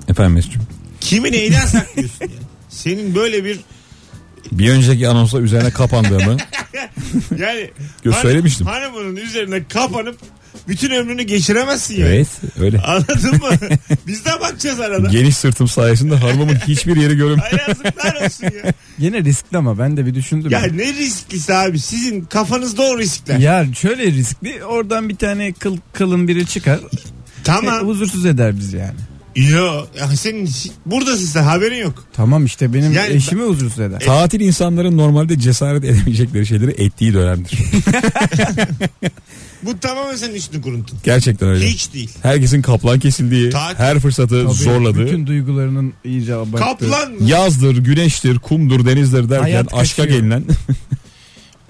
Speaker 3: Efendim Mesut'cum.
Speaker 2: Kimi neyden saklıyorsun yani? Senin böyle bir
Speaker 3: Bir önceki anonsla üzerine kapandığımı
Speaker 2: yani
Speaker 3: Yo,
Speaker 2: hanım-
Speaker 3: söylemiştim.
Speaker 2: hanımının üzerine kapanıp bütün ömrünü geçiremezsin yani.
Speaker 3: evet öyle.
Speaker 2: Anladın mı? Biz de bakacağız arada.
Speaker 3: Geniş sırtım sayesinde harmamın hiçbir yeri görünmüyor.
Speaker 2: Ay yazıklar olsun ya.
Speaker 4: Yine riskli ama ben de bir düşündüm.
Speaker 2: Ya ne risklisi abi sizin kafanızda o riskler.
Speaker 4: Ya şöyle riskli. Oradan bir tane kıl kılın biri çıkar. E,
Speaker 2: Tamam.
Speaker 4: huzursuz eder bizi yani.
Speaker 2: Yo ya senin buradasın sen haberin yok.
Speaker 4: Tamam işte benim
Speaker 2: Yani
Speaker 4: eşimi huzursuz eder.
Speaker 3: Tatil insanların normalde cesaret edemeyecekleri şeyleri ettiği dönemdir.
Speaker 2: Bu tamamen senin üstünü kuruntun.
Speaker 3: Gerçekten öyle.
Speaker 2: Hiç değil.
Speaker 3: Herkesin kaplan kesildiği,
Speaker 2: Tatil-
Speaker 3: her fırsatı
Speaker 4: Tabii,
Speaker 3: zorladığı.
Speaker 4: Bütün duygularının iyice abarttığı.
Speaker 2: E, Kaplan mı?
Speaker 3: Yazdır, güneştir, kumdur, denizdir derken
Speaker 4: Hayat
Speaker 3: aşka
Speaker 4: kaçıyor.
Speaker 3: gelinen.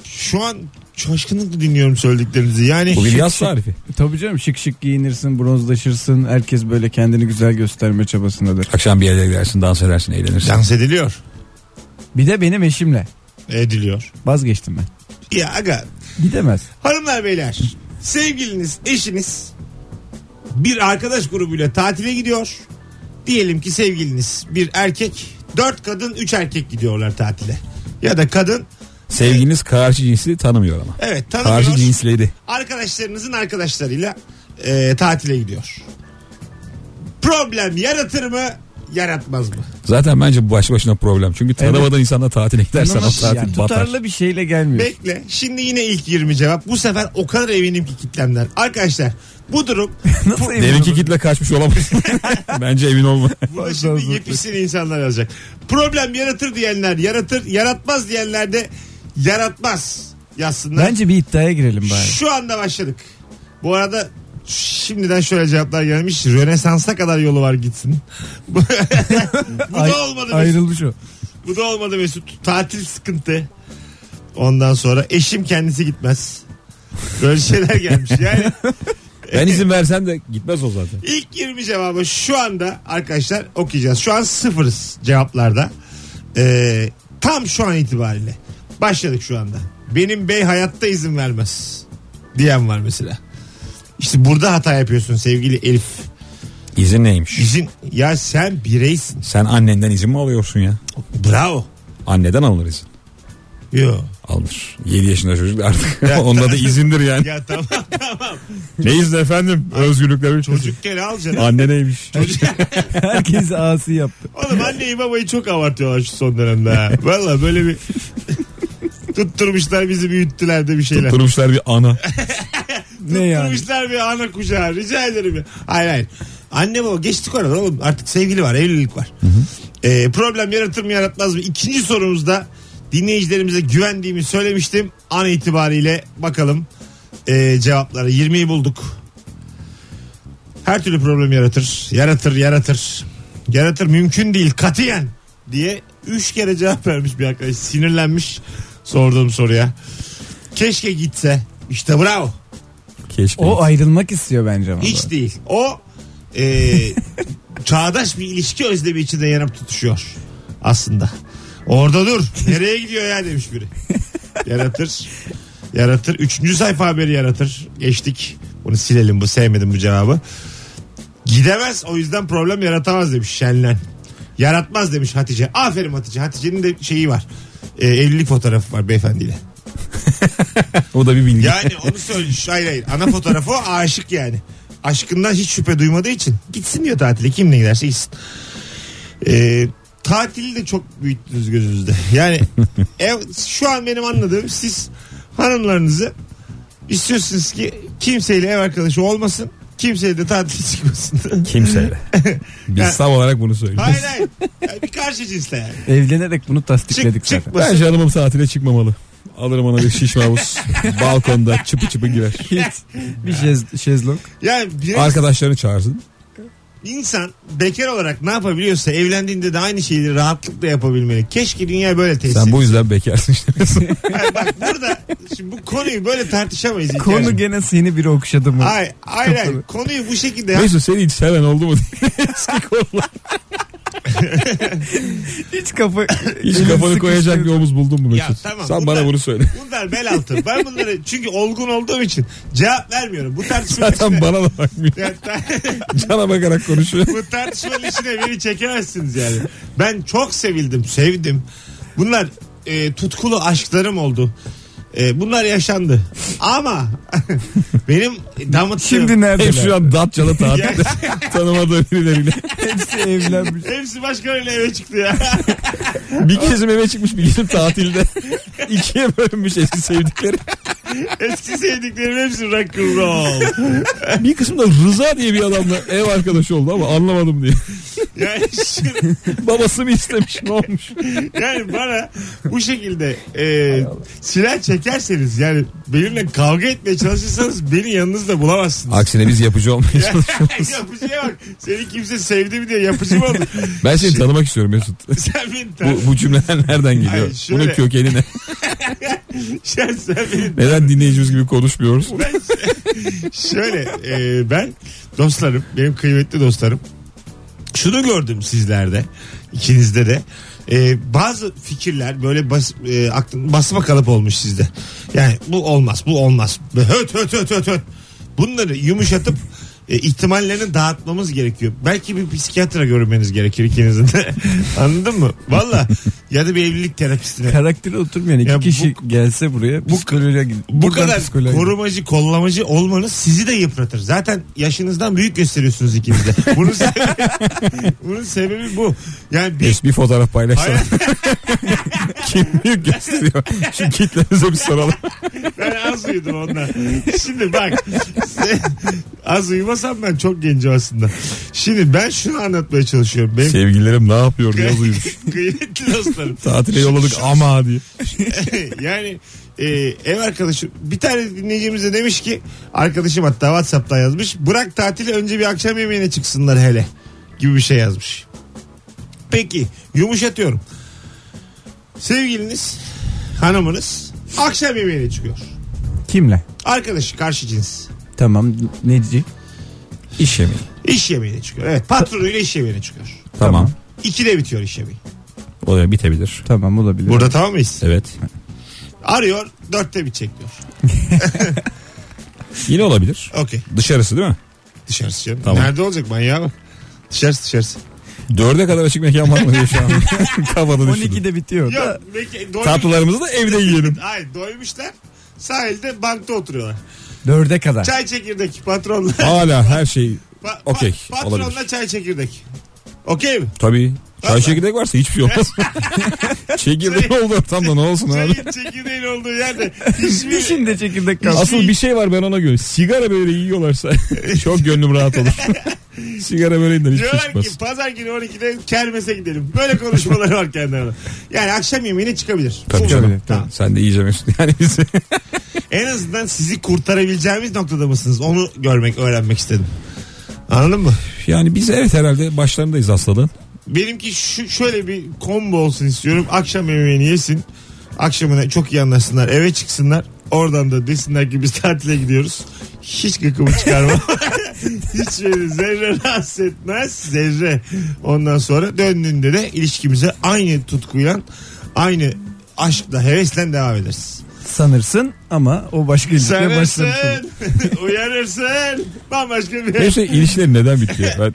Speaker 2: Şu an şaşkınlıkla dinliyorum söylediklerinizi. Yani
Speaker 3: Bu bir yaz tarifi.
Speaker 4: Tabii canım şık şık giyinirsin, bronzlaşırsın. Herkes böyle kendini güzel gösterme çabasındadır.
Speaker 3: Akşam bir yere gidersin, dans edersin, eğlenirsin.
Speaker 2: dans ediliyor.
Speaker 4: Bir de benim eşimle.
Speaker 2: Ediliyor.
Speaker 4: Vazgeçtim ben.
Speaker 2: Ya aga
Speaker 4: Gidemez.
Speaker 2: Hanımlar beyler sevgiliniz eşiniz bir arkadaş grubuyla tatile gidiyor. Diyelim ki sevgiliniz bir erkek dört kadın üç erkek gidiyorlar tatile. Ya da kadın
Speaker 3: Sevginiz karşı cinsi tanımıyor ama.
Speaker 2: evet
Speaker 3: Karşı
Speaker 2: tanımıyor
Speaker 3: cinsleri.
Speaker 2: arkadaşlarınızın arkadaşlarıyla e, tatile gidiyor. Problem yaratır mı yaratmaz mı?
Speaker 3: Zaten bence bu başlı başına problem. Çünkü tanımadan insanla tatile gidersen o
Speaker 4: Nasıl
Speaker 3: tatil
Speaker 4: yani?
Speaker 3: batar.
Speaker 4: Tutarlı bir şeyle gelmiyor.
Speaker 2: Bekle şimdi yine ilk 20 cevap bu sefer o kadar eminim ki kitlemden. Arkadaşlar bu durum
Speaker 4: Nasıl emin
Speaker 3: Deminki
Speaker 4: olabilir?
Speaker 3: kitle kaçmış olamaz. bence emin olma.
Speaker 2: Buna
Speaker 4: Fazla
Speaker 2: şimdi
Speaker 4: hazırlıklı.
Speaker 2: yepyeni insanlar yazacak. Problem yaratır diyenler yaratır, yaratmaz diyenler de yaratmaz yazsınlar.
Speaker 4: Bence bir iddiaya girelim bari.
Speaker 2: Şu anda başladık. Bu arada şimdiden şöyle cevaplar gelmiş. Rönesans'a kadar yolu var gitsin. Bu, bu
Speaker 4: Ay-
Speaker 2: da olmadı Mesut.
Speaker 4: Ayrılmış o.
Speaker 2: Bu da olmadı Mesut. Tatil sıkıntı. Ondan sonra eşim kendisi gitmez. Böyle şeyler gelmiş. Yani
Speaker 3: Ben izin versem de gitmez o zaten.
Speaker 2: İlk 20 cevabı şu anda arkadaşlar okuyacağız. Şu an sıfırız cevaplarda. Ee, tam şu an itibariyle. Başladık şu anda. Benim bey hayatta izin vermez diyen var mesela. İşte burada hata yapıyorsun sevgili Elif.
Speaker 3: İzin neymiş?
Speaker 2: İzin ya sen bireysin.
Speaker 3: Sen annenden izin mi alıyorsun ya?
Speaker 2: Bravo.
Speaker 3: Anneden alınır izin.
Speaker 2: Yo.
Speaker 3: Alınır. 7 yaşında çocuk da artık.
Speaker 2: Ya-
Speaker 3: Onda da izindir yani.
Speaker 2: Ya tamam tamam.
Speaker 3: Ne izni efendim? Özgürlükler ülkesi.
Speaker 2: Çocukken al canım.
Speaker 3: Anne neymiş?
Speaker 4: Herkes asi yaptı.
Speaker 2: Oğlum anneyi babayı çok abartıyorlar şu son dönemde. ha. Valla böyle bir tutturmuşlar bizi büyüttüler de bir şeyler.
Speaker 3: Tutturmuşlar bir ana.
Speaker 4: Ne yani?
Speaker 2: Tutturmuşlar bir ana kucağı. Rica ederim. ya. Hayır hayır. Anne baba geçtik oradan oğlum. Artık sevgili var, evlilik var. Ee, problem yaratır mı yaratmaz mı? İkinci sorumuzda dinleyicilerimize güvendiğimi söylemiştim. An itibariyle bakalım ee, cevapları. 20'yi bulduk. Her türlü problem yaratır. Yaratır, yaratır. Yaratır mümkün değil katiyen diye 3 kere cevap vermiş bir arkadaş. Sinirlenmiş sorduğum soruya. Keşke gitse. İşte bravo.
Speaker 3: Keşke.
Speaker 4: O ayrılmak istiyor bence ama.
Speaker 2: Hiç değil. O e, çağdaş bir ilişki özlemi içinde yanıp tutuşuyor aslında. Orada dur. Nereye gidiyor ya demiş biri. Yaratır. Yaratır. Üçüncü sayfa haberi yaratır. Geçtik. Bunu silelim bu sevmedim bu cevabı. Gidemez o yüzden problem yaratamaz demiş Şenlen. Yaratmaz demiş Hatice. Aferin Hatice. Hatice'nin de şeyi var. E, evlilik fotoğrafı var beyefendiyle.
Speaker 3: O da bir bilgi.
Speaker 2: Yani onu söylemiş. Hayır hayır. Ana fotoğrafı o aşık yani. Aşkından hiç şüphe duymadığı için. Gitsin diyor tatile. Kimle giderse gitsin. Ee, tatili de çok büyüttünüz gözünüzde. Yani ev, şu an benim anladığım siz hanımlarınızı istiyorsunuz ki kimseyle ev arkadaşı olmasın. Kimseyle de tatile çıkmasın.
Speaker 3: Kimseyle.
Speaker 2: Yani-
Speaker 3: Biz tam olarak bunu söylüyoruz.
Speaker 2: hayır hayır. Yani bir karşı cinsle yani.
Speaker 4: Evlenerek bunu
Speaker 2: Çık,
Speaker 4: tasdikledik zaten.
Speaker 2: çıkmasın.
Speaker 3: Bence hanımım tatile çıkmamalı. Alırım ona bir şiş mavuz. Balkonda çıpı çıpı girer.
Speaker 4: Bir şez, şezlong.
Speaker 2: Yani bir
Speaker 3: Arkadaşlarını çağırsın.
Speaker 2: İnsan bekar olarak ne yapabiliyorsa evlendiğinde de aynı şeyleri rahatlıkla yapabilmeli. Keşke dünya böyle tesis.
Speaker 3: Sen bu yüzden bekarsın işte.
Speaker 2: Hayır, bak burada şimdi bu konuyu böyle tartışamayız. İlker.
Speaker 4: Konu gene seni bir okşadı mı?
Speaker 2: Hayır, hayır, hayır.
Speaker 4: Kapalı.
Speaker 2: Konuyu bu şekilde
Speaker 3: Mesut seni hiç seven oldu mu? diye Eski konular.
Speaker 4: Hiç kafa
Speaker 3: Hiç kafanı koyacak bir omuz buldun mu
Speaker 2: Ya
Speaker 3: Mesut?
Speaker 2: tamam,
Speaker 3: Sen
Speaker 2: bunlar-
Speaker 3: bana bunu söyle.
Speaker 2: Bunlar bel altı. Ben bunları çünkü olgun olduğum için cevap vermiyorum. Bu tartışma
Speaker 3: Zaten
Speaker 2: içine-
Speaker 3: bana da bakmıyor.
Speaker 2: Ya, ta-
Speaker 3: Cana bakarak konuşuyor.
Speaker 2: bu tartışmanın içine beni çekemezsiniz yani. Ben çok sevildim, sevdim. Bunlar e, tutkulu aşklarım oldu. E, bunlar yaşandı. Ama benim damıttığım...
Speaker 4: Şimdi
Speaker 3: Hep
Speaker 4: neredeler?
Speaker 3: şu an Datça'da tatilde. Tanımadığı birileriyle.
Speaker 4: Hepsi evlenmiş.
Speaker 2: Hepsi başkalarıyla eve çıktı ya.
Speaker 3: Bir kesim eve çıkmış bir kesim tatilde. İkiye bölünmüş eski sevdikleri.
Speaker 2: Eski sevdiklerim hepsi rock'n'roll.
Speaker 3: Bir kısım da Rıza diye bir adamla ev arkadaşı oldu ama anlamadım diye.
Speaker 2: Yani, şimdi-
Speaker 3: Babası mı istemiş ne olmuş?
Speaker 2: yani bana bu şekilde e, silah çekerseniz yani benimle kavga etmeye çalışırsanız beni yanınızda bulamazsınız.
Speaker 3: Aksine biz yapıcı olmayız.
Speaker 2: Yapıcıya bak. Seni kimse sevdi mi diye yapıcı mı oldu?
Speaker 3: Ben seni tanımak istiyorum Mesut.
Speaker 2: Sen beni tanı.
Speaker 3: Bu, bu cümleler nereden geliyor?
Speaker 2: Ay şöyle-
Speaker 3: Bunun kökeni ne?
Speaker 2: Sen, sen beni
Speaker 3: Neden dinleyicimiz gibi konuşmuyoruz?
Speaker 2: ben, şöyle e, ben dostlarım benim kıymetli dostlarım şunu gördüm sizlerde ikinizde de E, bazı fikirler böyle bas, e, aklın, basma kalıp olmuş sizde yani bu olmaz bu olmaz höt höt höt höt höt bunları yumuşatıp e, ihtimallerini dağıtmamız gerekiyor. Belki bir psikiyatra görünmeniz gerekir ikinizin de. Anladın mı? Valla. Ya da bir evlilik terapisine.
Speaker 4: Karaktere oturmayan iki
Speaker 2: Ya bu-
Speaker 4: kişi gelse buraya psikoloğa gidin.
Speaker 2: Bu
Speaker 4: Buradan
Speaker 2: kadar
Speaker 4: psikoloğa gidin.
Speaker 2: korumacı, kollamacı olmanız sizi de yıpratır. Zaten yaşınızdan büyük gösteriyorsunuz ikiniz de. Bunun sebebi, bunun sebebi bu. Yani bir
Speaker 3: Mesut bir fotoğraf paylaşsana.
Speaker 2: Hayır.
Speaker 3: Kim büyük gösteriyor? Şu kitlenize bir soralım.
Speaker 2: ben az uyudum ondan. Şimdi bak az uyumasam ben çok gencim aslında. Şimdi ben şunu anlatmaya çalışıyorum. Benim
Speaker 3: Sevgililerim ne yapıyor yaz uyumuş.
Speaker 4: Şey-
Speaker 2: kıymetli dostlarım.
Speaker 3: Tatile yolladık ama diye.
Speaker 2: yani e, ev arkadaşım bir tane dinleyicimiz de demiş ki arkadaşım hatta Whatsapp'tan yazmış. Bırak tatili önce bir akşam yemeğine çıksınlar hele gibi bir şey yazmış. Peki yumuşatıyorum. Sevgiliniz hanımınız akşam yemeğine çıkıyor.
Speaker 4: Kimle?
Speaker 2: Arkadaşı karşı cins.
Speaker 4: Tamam ne diyecek?
Speaker 3: İş yemeği.
Speaker 2: İş yemeğine çıkıyor. Evet patronuyla iş yemeğine çıkıyor.
Speaker 3: Tamam.
Speaker 2: İkide bitiyor iş yemeği.
Speaker 3: O da bitebilir.
Speaker 4: Tamam olabilir.
Speaker 2: Burada tamam mıyız?
Speaker 3: Evet.
Speaker 2: Arıyor dörtte bitecek diyor.
Speaker 3: Yine olabilir.
Speaker 2: Okey
Speaker 3: Dışarısı değil mi?
Speaker 2: dışarısı canım.
Speaker 3: Tamam.
Speaker 2: Nerede olacak manyağa bak. Dışarısı dışarısı.
Speaker 3: Dörde kadar açık mekan var mı diye şu an. Kafada düşündüm.
Speaker 4: 12'de bitiyor.
Speaker 2: Yok. Peki, doymuş-
Speaker 3: Tatlılarımızı da evde yiyelim.
Speaker 2: Hayır doymuşlar. Sahilde bankta oturuyorlar.
Speaker 4: 4'e kadar.
Speaker 2: Çay çekirdek patronla.
Speaker 3: Hala her şey
Speaker 2: Pa- pa-
Speaker 3: Okey,
Speaker 2: patronla
Speaker 3: olabilir.
Speaker 2: çay çekirdek. Okey mi?
Speaker 3: Tabii. Çay çekirdek varsa hiçbir şey olmaz. Çekirdek oldu ortamda ne olsun abi.
Speaker 2: Çayın çekirdeğin olduğu yerde hiçbir
Speaker 4: Dişinde çekirdek kaldı.
Speaker 3: Asıl bir şey var ben ona göre. Sigara böyle yiyorlarsa çok gönlüm rahat olur. Sigara böreğinden hiçbir şey
Speaker 2: Diyorlar ki
Speaker 3: çıkmaz.
Speaker 2: pazar günü 12'de kermese gidelim. Böyle konuşmaları var kendilerine. Yani akşam yemeğine çıkabilir.
Speaker 3: Tabii
Speaker 2: Bu-
Speaker 3: canım.
Speaker 2: Tamam.
Speaker 3: Sen de iyice mesut. Yani biz
Speaker 2: En azından sizi kurtarabileceğimiz noktada mısınız? Onu görmek, öğrenmek istedim. Anladın mı?
Speaker 3: yani biz evet herhalde başlarındayız hastalığın.
Speaker 2: Benimki şu şöyle bir combo olsun istiyorum. Akşam yemeğini yesin. Akşamına çok iyi anlaşsınlar. Eve çıksınlar. Oradan da desinler ki biz tatile gidiyoruz. Hiç gıkımı çıkarma. Hiç beni zerre rahatsız etmez. Zerre. Ondan sonra döndüğünde de ilişkimize aynı tutkuyla aynı aşkla hevesle devam ederiz.
Speaker 4: Sanırsın ama o başka ilişkiye
Speaker 2: Sanırsın.
Speaker 4: başlamış olur.
Speaker 2: Uyanırsın. Bambaşka bir
Speaker 3: Neyse ilişkiler neden bitiyor? Ben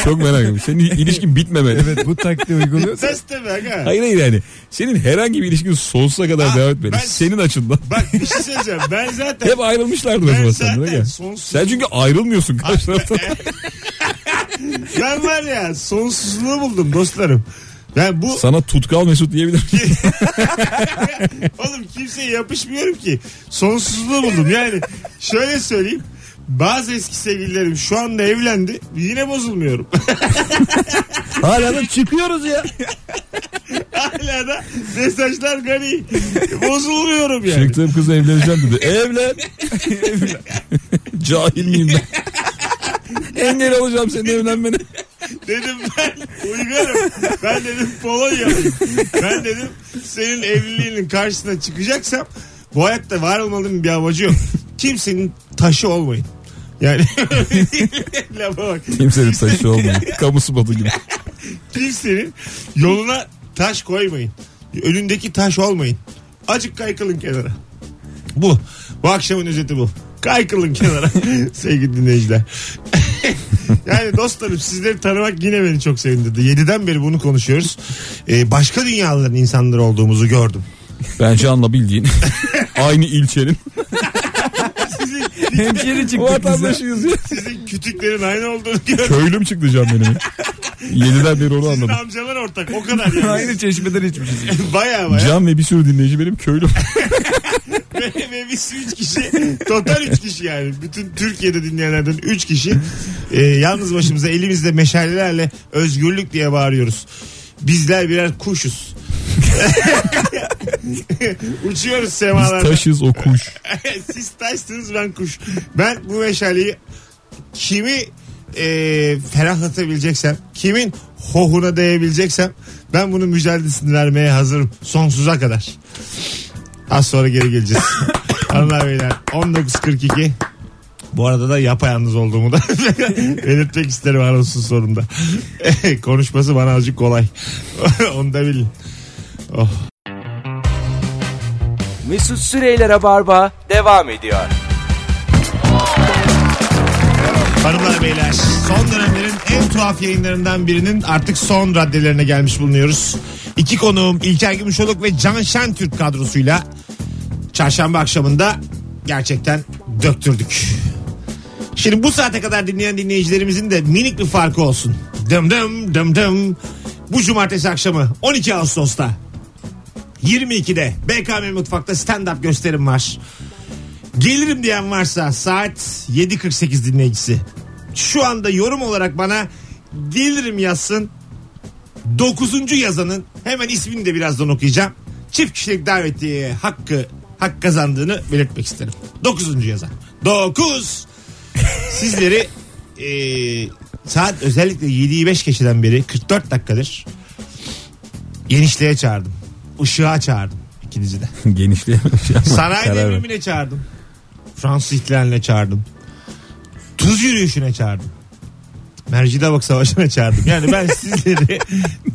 Speaker 3: çok merak ediyorum. Senin ilişkin bitmemeli.
Speaker 4: Evet bu taktiği uyguluyorsa
Speaker 2: Ses de be, ha.
Speaker 3: Hayır hayır yani. Senin herhangi bir ilişkin sonsuza kadar
Speaker 2: Aa,
Speaker 3: devam etmeli.
Speaker 2: ben-
Speaker 3: Senin açından.
Speaker 2: Bak bir şey söyleyeceğim. Ben zaten
Speaker 3: Hep ayrılmışlardır o
Speaker 2: Ben
Speaker 3: zaman sen.
Speaker 2: zaten
Speaker 3: değil mi?
Speaker 2: sonsuz-
Speaker 3: Sen çünkü ayrılmıyorsun karşı taraftan.
Speaker 2: Ben var ya sonsuzluğu buldum dostlarım. Ben bu
Speaker 3: Sana tutkal Mesut diyebilir miyim?
Speaker 2: oğlum kimseye yapışmıyorum ki. Sonsuzluğu buldum. Yani şöyle söyleyeyim. Bazı eski sevgililerim şu anda evlendi. Yine bozulmuyorum.
Speaker 4: hala da çıkıyoruz ya.
Speaker 2: Hala da mesajlar gani. Bozuluyorum yani.
Speaker 3: Çıktığım kızla evleneceğim dedi. Evlen. Evlen. Cahil miyim ben? Engel olacağım senin evlenmene.
Speaker 2: Dedim ben uygarım. Ben dedim Polonyalıyım. Ben dedim senin evliliğinin karşısına çıkacaksam bu hayatta var olmanın bir amacı yok. Kimsenin taşı olmayın. Yani lafa bak.
Speaker 3: Kimsenin taşı olmuyor. Kamu spotu gibi.
Speaker 2: Kimsenin yoluna taş koymayın. Önündeki taş olmayın. Acık kaykılın kenara. Bu. Bu akşamın özeti bu. Kaykılın kenara sevgili dinleyiciler. yani dostlarım sizleri tanımak yine beni çok sevindirdi. 7'den beri bunu konuşuyoruz. Ee, başka dünyaların insanları olduğumuzu gördüm.
Speaker 3: Ben Can'la bildiğin aynı ilçenin
Speaker 2: Sizin,
Speaker 4: Hemşeri çıktık bize.
Speaker 3: vatandaşıyız ya.
Speaker 2: sizin kütüklerin aynı olduğunu gördüm.
Speaker 3: Köylüm çıktı Can benim. Yediden beri onu
Speaker 2: Sizin
Speaker 3: anladım.
Speaker 2: amcalar ortak o kadar yani.
Speaker 4: Aynı çeşmeden içmişiz.
Speaker 2: Baya baya.
Speaker 3: Can ve bir sürü dinleyici benim köylüm.
Speaker 2: Ve- ve biz 3 kişi total 3 kişi yani bütün Türkiye'de dinleyenlerden 3 kişi e, yalnız başımıza elimizde meşalelerle özgürlük diye bağırıyoruz. Bizler birer kuşuz. Uçuyoruz
Speaker 3: Biz
Speaker 2: semalarda.
Speaker 3: taşız o kuş.
Speaker 2: Siz taşsınız ben kuş. Ben bu meşaleyi kimi e, ferahlatabileceksem, kimin hohuna değebileceksem ben bunun mücadelesini vermeye hazırım. Sonsuza kadar. Az sonra geri geleceğiz. Hanımlar beyler 19.42 bu arada da yapayalnız olduğumu da belirtmek isterim anonsun sonunda. Konuşması bana azıcık kolay. Onu da bilin. Oh.
Speaker 1: Mesut Süreyler'e barba devam ediyor.
Speaker 2: Hanımlar beyler son dönemlerin en tuhaf yayınlarından birinin artık son raddelerine gelmiş bulunuyoruz. İki konuğum İlker Gümüşoluk ve Can Şentürk kadrosuyla çarşamba akşamında gerçekten döktürdük. Şimdi bu saate kadar dinleyen dinleyicilerimizin de minik bir farkı olsun. Dım dım dım dım. Bu cumartesi akşamı 12 Ağustos'ta 22'de BKM Mutfak'ta stand-up gösterim var. Gelirim diyen varsa saat 7.48 dinleyicisi. Şu anda yorum olarak bana gelirim yazsın. 9. yazanın hemen ismini de birazdan okuyacağım. Çift kişilik davetiye hakkı hak kazandığını belirtmek isterim. 9. yazan. 9. Sizleri eee, saat özellikle 7'yi 5 geçeden beri 44 dakikadır genişliğe çağırdım. Işığa çağırdım ikinizi de.
Speaker 3: Genişleyememiş ama.
Speaker 2: Sanayi
Speaker 3: karar ver.
Speaker 2: devrimine çağırdım. Fransız ihtilaline çağırdım. Tuz yürüyüşüne çağırdım. Mercidabak Savaşı'na çağırdım. Yani ben sizleri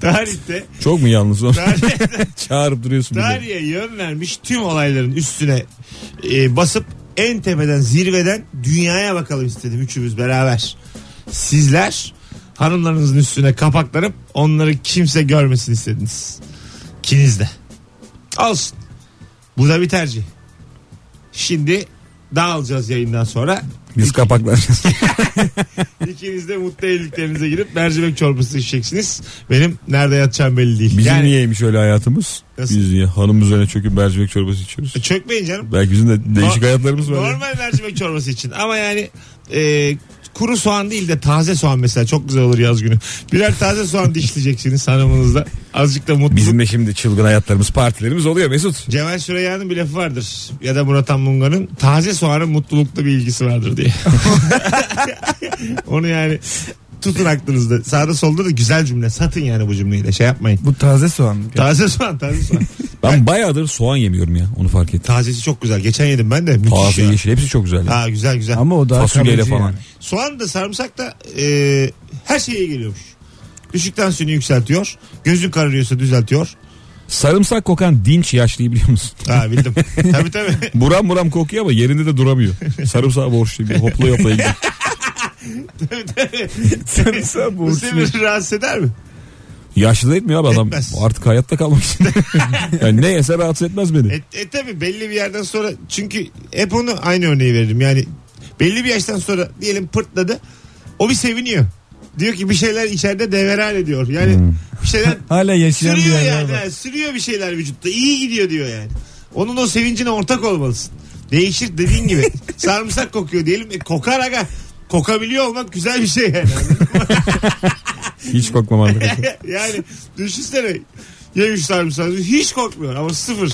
Speaker 2: tarihte
Speaker 3: Çok mu yalnız o?
Speaker 2: tarih-
Speaker 3: Çağırıp duruyorsun bir de.
Speaker 2: tarihe yön vermiş tüm olayların üstüne e, basıp en tepeden zirveden dünyaya bakalım istedim üçümüz beraber. Sizler hanımlarınızın üstüne kapaklanıp onları kimse görmesin istediniz. İkiniz de. Olsun. Bu da bir tercih. Şimdi dağılacağız yayından sonra.
Speaker 3: Biz kapaklanacağız.
Speaker 2: İkiniz de mutlu evliliklerinize girip mercimek çorbası içeceksiniz. Benim nerede yatacağım belli değil.
Speaker 3: Bizim
Speaker 2: Yani
Speaker 3: niyeymiş öyle hayatımız?
Speaker 2: Nasıl?
Speaker 3: Biz niye? Hanım üzerine çöküp mercimek çorbası içiyoruz.
Speaker 2: çökmeyin canım.
Speaker 3: Belki bizim de değişik
Speaker 2: No-
Speaker 3: hayatlarımız var. ya.
Speaker 2: Normal mercimek çorbası için ama yani e, kuru soğan değil de taze soğan mesela çok güzel olur yaz günü. Birer taze soğan dişleyeceksiniz hanımınızla. Azıcık da mutlu.
Speaker 3: Bizim de şimdi çılgın hayatlarımız, partilerimiz oluyor Mesut.
Speaker 2: Cemal Süreyya'nın bir lafı vardır. Ya da Murat Anmunga'nın taze soğanın mutlulukla bir ilgisi vardır diye. Onu yani tutun aklınızda. Sağda solda da güzel cümle. Satın yani bu cümleyi de şey yapmayın.
Speaker 4: Bu taze soğan. mı?
Speaker 2: Taze soğan taze soğan.
Speaker 3: Ben bayağıdır soğan yemiyorum ya onu fark ettim.
Speaker 2: Tazesi çok güzel. Geçen yedim ben de. Müthiş
Speaker 3: Taze
Speaker 2: ya.
Speaker 3: yeşil hepsi çok güzel. ya.
Speaker 2: Ha güzel güzel.
Speaker 4: Ama o daha
Speaker 3: Fasulyeyle
Speaker 4: kalıcı
Speaker 3: falan.
Speaker 4: yani.
Speaker 2: Soğan da sarımsak da e, her şeye geliyormuş. Düşük tansiyonu yükseltiyor. Gözün kararıyorsa düzeltiyor.
Speaker 3: Sarımsak kokan dinç yaşlıyı biliyor musun?
Speaker 2: Ha bildim. tabii tabii.
Speaker 3: Buram buram kokuyor ama yerinde de duramıyor. Sarımsağa borçlu bir hopla hopla gidiyor.
Speaker 4: Sarımsağı
Speaker 2: Bu
Speaker 4: borçlu.
Speaker 2: seni rahatsız eder mi?
Speaker 3: Yaşlı da etmiyor abi adam.
Speaker 2: Etmez.
Speaker 3: Artık hayatta kalmak için. yani ne yese rahatsız etmez beni.
Speaker 2: E, e tabii belli bir yerden sonra çünkü hep onu aynı örneği veririm. Yani belli bir yaştan sonra diyelim pırtladı. O bir seviniyor. Diyor ki bir şeyler içeride devreal ediyor. Yani bir şeyler
Speaker 4: Hala yaşayan bir
Speaker 2: sürüyor
Speaker 4: yerler
Speaker 2: yani.
Speaker 4: var.
Speaker 2: ha, Sürüyor bir şeyler vücutta. İyi gidiyor diyor yani. Onun o sevincine ortak olmalısın. Değişir dediğin gibi. Sarımsak kokuyor diyelim. E, kokar aga. Kokabiliyor olmak güzel bir şey yani.
Speaker 3: Hiç kokmam artık.
Speaker 2: yani düşünsene. Yemiş sarımsak. Hiç kokmuyor ama sıfır.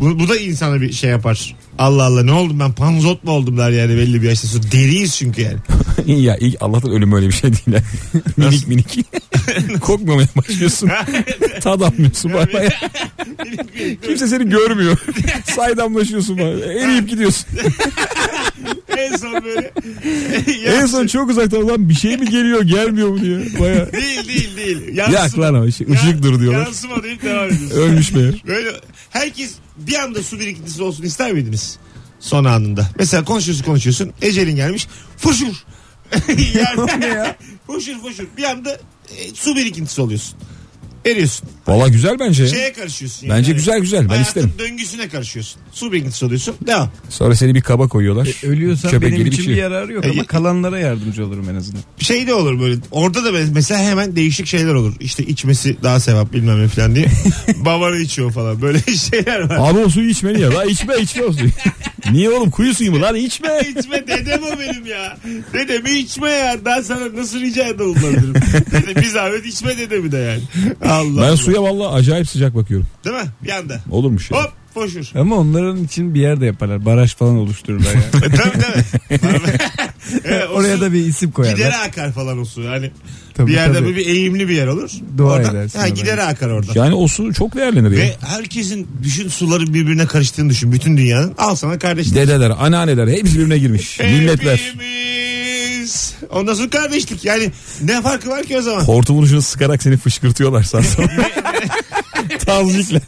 Speaker 2: Bu, bu da insana bir şey yapar. Allah Allah ne oldum ben panzot mu oldum der yani belli bir yaşta sonra. Deriyiz çünkü yani.
Speaker 3: ya ilk Allah'tan ölüm öyle bir şey değil. yani. minik minik. Kokmamaya başlıyorsun. Tad atmıyorsun parmağa. Kimse seni görmüyor. Saydamlaşıyorsun bana. Eriyip gidiyorsun.
Speaker 2: en son böyle.
Speaker 3: en son çok uzaktan lan bir şey mi geliyor gelmiyor mu diyor. Baya.
Speaker 2: değil değil değil.
Speaker 3: Yak lan ama işte, ışık dur diyorlar.
Speaker 2: Yansıma deyip devam ediyorsun.
Speaker 3: Ölmüş meğer.
Speaker 2: Böyle herkes bir anda su birikintisi olsun ister miydiniz? Son anında. Mesela konuşuyorsun konuşuyorsun. Ecelin gelmiş. Fışur. yani, fışur fışur. Bir anda e, su birikintisi oluyorsun. Eriyorsun.
Speaker 3: Valla güzel bence.
Speaker 2: Şeye karışıyorsun.
Speaker 3: Bence güzel güzel. Ben
Speaker 2: Hayatın
Speaker 3: isterim.
Speaker 2: döngüsüne karışıyorsun. Su birikintisi oluyorsun. Devam.
Speaker 3: Sonra seni bir kaba koyuyorlar.
Speaker 4: E, Ölüyorsan
Speaker 3: Köpek
Speaker 4: benim
Speaker 3: gibi
Speaker 4: için
Speaker 3: bir şey.
Speaker 4: bir yararı
Speaker 2: E,
Speaker 4: yok ama kalanlara yardımcı olurum en azından.
Speaker 2: şey de olur böyle. Orada da ben- mesela hemen değişik şeyler olur. İşte içmesi daha sevap bilmem ne falan diye. Babanı içiyor falan. Böyle şeyler var.
Speaker 3: Abi o suyu içmeli ya. Lan içme içme o suyu. Niye oğlum kuyu suyu mu lan içme.
Speaker 2: içme dedem o benim ya. Dedemi içme ya. Ben sana nasıl rica ede bulunabilirim? Dede, bir zahmet içme dedemi de yani. Allah.
Speaker 3: Ben
Speaker 2: Allah.
Speaker 3: suya valla acayip sıcak bakıyorum.
Speaker 2: Değil mi? Bir anda.
Speaker 3: Olurmuş ya.
Speaker 2: Hop boşur.
Speaker 4: Ama onların için bir yer de yaparlar. Baraj falan oluştururlar yani.
Speaker 2: E, tabii tabii. Evet, o
Speaker 4: Oraya
Speaker 2: su
Speaker 4: da bir isim
Speaker 2: Gidere
Speaker 4: koyarlar.
Speaker 2: akar falan o su. Hani
Speaker 4: Tabii,
Speaker 2: bir yerde
Speaker 4: tabii.
Speaker 2: böyle bir eğimli bir yer olur.
Speaker 4: Dua
Speaker 2: Oradan-
Speaker 4: edersin
Speaker 2: Ha,
Speaker 4: oraya.
Speaker 2: gidere akar orada.
Speaker 3: Yani o su çok değerlenir ya.
Speaker 2: Ve herkesin düşün suları birbirine karıştığını düşün. Bütün dünyanın. Al sana kardeşlik.
Speaker 3: Dedeler, anneanneler hepsi birbirine girmiş. Milletler.
Speaker 2: Hepimiz. Ondan sonra kardeşlik. Yani ne farkı var ki o zaman?
Speaker 3: Hortumun ucunu sıkarak seni fışkırtıyorlar sağ sola. Tazcikle.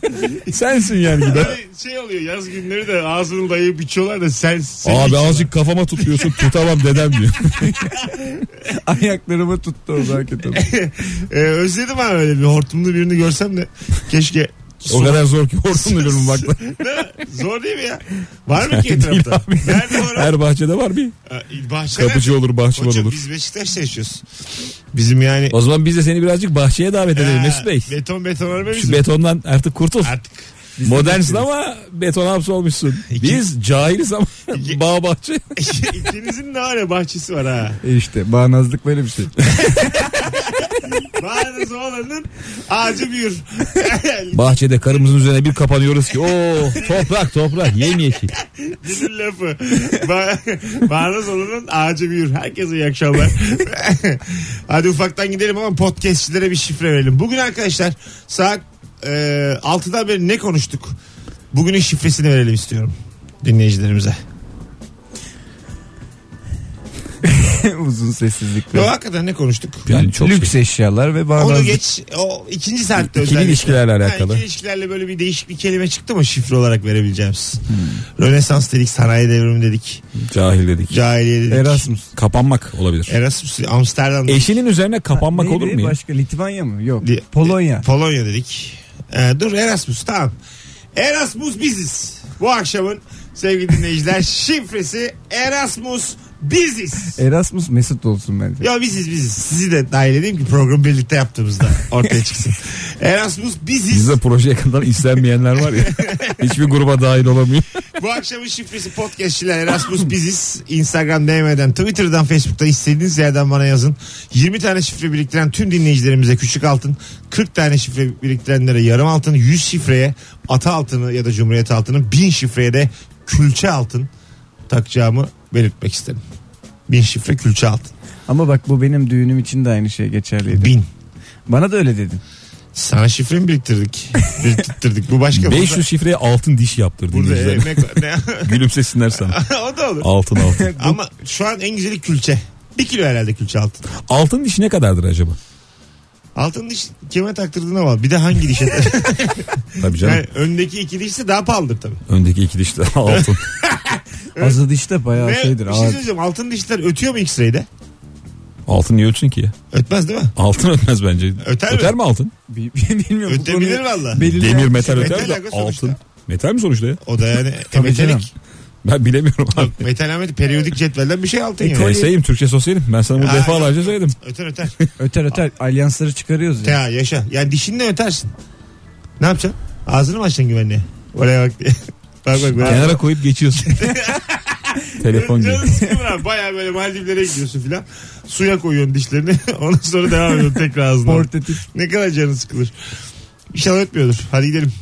Speaker 3: Sensin yani gider.
Speaker 2: Hani şey oluyor yaz günleri de ağzını dayayıp içiyorlar da sen... sen
Speaker 3: Abi
Speaker 2: içiyorlar.
Speaker 3: azıcık kafama tutuyorsun tutamam dedem diyor.
Speaker 4: Ayaklarıma tuttu o zaman kötü. oldu.
Speaker 2: Ee, özledim ha öyle bir hortumlu birini görsem de. Keşke...
Speaker 3: O kadar zor ki hortumlu durum bakla.
Speaker 2: Değil mi? Zor değil mi ya? Var mı ki
Speaker 3: Değil
Speaker 2: etrafta?
Speaker 3: abi.
Speaker 2: Nerede var?
Speaker 3: Her bahçede var bir.
Speaker 2: Ee, Bahçeler.
Speaker 3: Kapıcı olur, bahçıvan
Speaker 2: Hocam
Speaker 3: olur.
Speaker 2: biz Beşiktaş'ta yaşıyoruz. Bizim yani...
Speaker 3: O zaman biz de seni birazcık bahçeye davet edelim
Speaker 2: Ha,
Speaker 3: Mesut Bey.
Speaker 2: Beton beton olma
Speaker 3: Şu
Speaker 2: bizim.
Speaker 3: betondan artık kurtul.
Speaker 2: Artık
Speaker 3: Modernsin ama beton hapsolmuşsun. Biz cahiliz ama bağ bahçe.
Speaker 2: ikinizin de var ya bahçesi var ha.
Speaker 4: E işte bağnazlık böyle bir şey.
Speaker 2: Bağırız oğlanın ağacı büyür.
Speaker 3: Bahçede karımızın üzerine bir kapanıyoruz ki o toprak toprak yemyeşil.
Speaker 2: Günün lafı. Ba Bağırız oğlanın ağacı büyür. Herkese iyi akşamlar. Hadi ufaktan gidelim ama podcastçilere bir şifre verelim. Bugün arkadaşlar saat e, 6'dan beri ne konuştuk? Bugünün şifresini verelim istiyorum dinleyicilerimize.
Speaker 4: Uzun sessizlik.
Speaker 2: Yo, hakikaten ne konuştuk?
Speaker 3: Yani çok şey.
Speaker 4: Lüks eşyalar ve
Speaker 2: Onu
Speaker 4: bağnazlık.
Speaker 2: geç o ikinci saatte
Speaker 3: İkili
Speaker 2: özellikle.
Speaker 3: ilişkilerle
Speaker 2: Ha,
Speaker 3: alakalı.
Speaker 2: ikili ilişkilerle böyle bir değişik bir kelime çıktı mı şifre olarak verebileceğimiz.
Speaker 3: Hmm.
Speaker 2: Rönesans dedik, sanayi devrimi dedik,
Speaker 3: cahil dedik.
Speaker 2: cahiliye dedik.
Speaker 4: Erasmus.
Speaker 3: Kapanmak olabilir.
Speaker 2: Erasmus, Amsterdam,
Speaker 3: Eşinin üzerine kapanmak
Speaker 4: Neydi?
Speaker 3: olur mu? ya?
Speaker 4: Başka Litvanya mı? Yok.
Speaker 2: Li-
Speaker 4: Polonya.
Speaker 2: Polonya dedik. Ee, dur Erasmus tamam. Erasmus biziz. Bu akşamın sevgili dinleyiciler şifresi Erasmus biziz.
Speaker 4: Erasmus Mesut olsun bence.
Speaker 2: Ya biziz biziz. Sizi de dahil edeyim ki programı birlikte yaptığımızda ortaya çıksın. Erasmus biziz.
Speaker 3: Bizde proje yakından istenmeyenler var ya. Hiçbir gruba dahil olamıyor.
Speaker 2: Bu akşamın şifresi podcastçiler Erasmus biziz. Instagram DM'den, Twitter'dan, Facebook'ta istediğiniz yerden bana yazın. 20 tane şifre biriktiren tüm dinleyicilerimize küçük altın, 40 tane şifre biriktirenlere yarım altın, 100 şifreye ata altını ya da cumhuriyet altını, 1000 şifreye de külçe altın takacağımı belirtmek isterim. 1000 şifre külçe altın.
Speaker 4: Ama bak bu benim düğünüm için de aynı şey geçerliydi.
Speaker 2: 1000.
Speaker 4: Bana da öyle dedin.
Speaker 2: Sana şifre mi biriktirdik? Biriktirdik. Bu başka.
Speaker 3: 500 şifreye altın diş yaptır
Speaker 2: Burada, burada
Speaker 3: dinleyicilerine.
Speaker 2: emek var. Ne-
Speaker 3: Gülümsesinler sana.
Speaker 2: o da olur.
Speaker 3: Altın altın.
Speaker 2: Ama şu an en güzeli külçe. Bir kilo herhalde külçe altın.
Speaker 3: Altın diş ne kadardır acaba?
Speaker 2: Altın diş kime taktırdığına bağlı. Bir de hangi dişe?
Speaker 3: Tabii canım.
Speaker 2: yani öndeki iki dişse daha pahalıdır tabii.
Speaker 3: Öndeki iki diş de altın.
Speaker 4: Azad işte bayağı
Speaker 2: Ve
Speaker 4: şeydir.
Speaker 2: bir şey
Speaker 4: ağır.
Speaker 2: söyleyeceğim. Altın dişler ötüyor mu X-ray'de?
Speaker 3: Altın niye ötsün ki? ya?
Speaker 2: Ötmez değil mi?
Speaker 3: Altın ötmez bence.
Speaker 2: Öter mi?
Speaker 3: mi altın?
Speaker 4: Bi- şey Bilmiyorum. bu
Speaker 2: Ötebilir
Speaker 4: konuyu
Speaker 2: valla.
Speaker 4: belirleyen
Speaker 3: Demir metal
Speaker 2: Metal
Speaker 3: öter
Speaker 2: aga
Speaker 3: de
Speaker 2: sonuçta.
Speaker 3: altın. Metal mi sonuçta ya?
Speaker 2: O da yani e,
Speaker 4: Tabii canım.
Speaker 2: metalik.
Speaker 3: Ben bilemiyorum abi.
Speaker 2: Yok, metal ameti periyodik cetvelden bir şey altın
Speaker 4: E,
Speaker 2: yani.
Speaker 3: Neyse Türkçe sosyalim. Ben sana bunu
Speaker 2: Ha,
Speaker 3: defalarca söyledim.
Speaker 2: Öter öter.
Speaker 4: Öter öter alyansları çıkarıyoruz ya.
Speaker 2: ya yaşa. Yani dişinle ötersin. Ne yapacaksın? Ağzını mı açacaksın güvenliğe? Oraya bak diye. bak bak. bak.
Speaker 3: Kenara koyup geçiyorsun. Telefon gibi.
Speaker 2: Canın sıkılır abi. Bayağı böyle Maldivlere gidiyorsun filan. Suya koyuyorsun dişlerini. Ondan sonra devam ediyorsun tekrar ağzına.
Speaker 4: Portatif.
Speaker 2: Ne kadar canın sıkılır. İnşallah ötmüyordur. Hadi gidelim.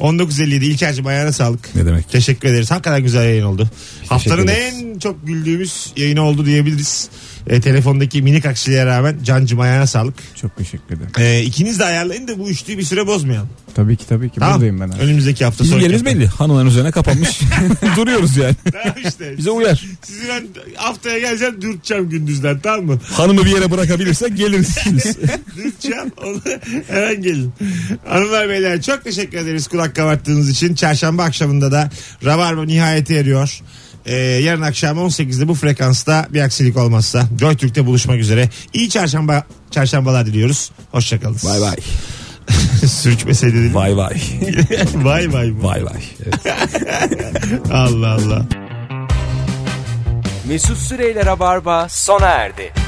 Speaker 2: 1957 İlker'cim ayağına sağlık.
Speaker 3: Ne demek?
Speaker 2: Teşekkür ederiz. Hakikaten güzel yayın oldu. Haftanın
Speaker 3: ederiz.
Speaker 2: en çok güldüğümüz yayını oldu diyebiliriz. E, telefondaki minik aksiliğe rağmen cancım ayağına sağlık.
Speaker 4: Çok teşekkür ederim.
Speaker 2: E, ikiniz de ayarlayın da bu üçlüyü bir süre bozmayalım.
Speaker 4: Tabii ki tabii ki
Speaker 2: Tamam.
Speaker 4: buradayım ben. abi.
Speaker 2: Önümüzdeki hafta
Speaker 3: Bizim
Speaker 2: sonraki
Speaker 3: yerimiz
Speaker 2: hafta.
Speaker 3: belli. Hanımların üzerine kapanmış. Duruyoruz yani.
Speaker 2: Tamam işte.
Speaker 3: Bize uyar.
Speaker 2: Sizi ben haftaya geleceğim dürteceğim gündüzden tamam mı?
Speaker 3: Hanımı bir yere bırakabilirsek gelirsiniz.
Speaker 2: Dürteceğim onu hemen gelin. Hanımlar beyler çok teşekkür ederiz kulak kabarttığınız için. Çarşamba akşamında da Rabarba nihayete eriyor. Ee, yarın akşam 18'de bu frekansta bir aksilik olmazsa JoyTürk'te buluşmak üzere. İyi çarşamba çarşambalar diliyoruz. Hoşçakalın.
Speaker 3: Vay vay.
Speaker 2: Sürçmeseydi dedim.
Speaker 3: Vay vay.
Speaker 2: Vay vay. mı?
Speaker 3: Vay vay. Evet.
Speaker 2: Allah Allah.
Speaker 1: Mesut Süreyler'e barba sona erdi.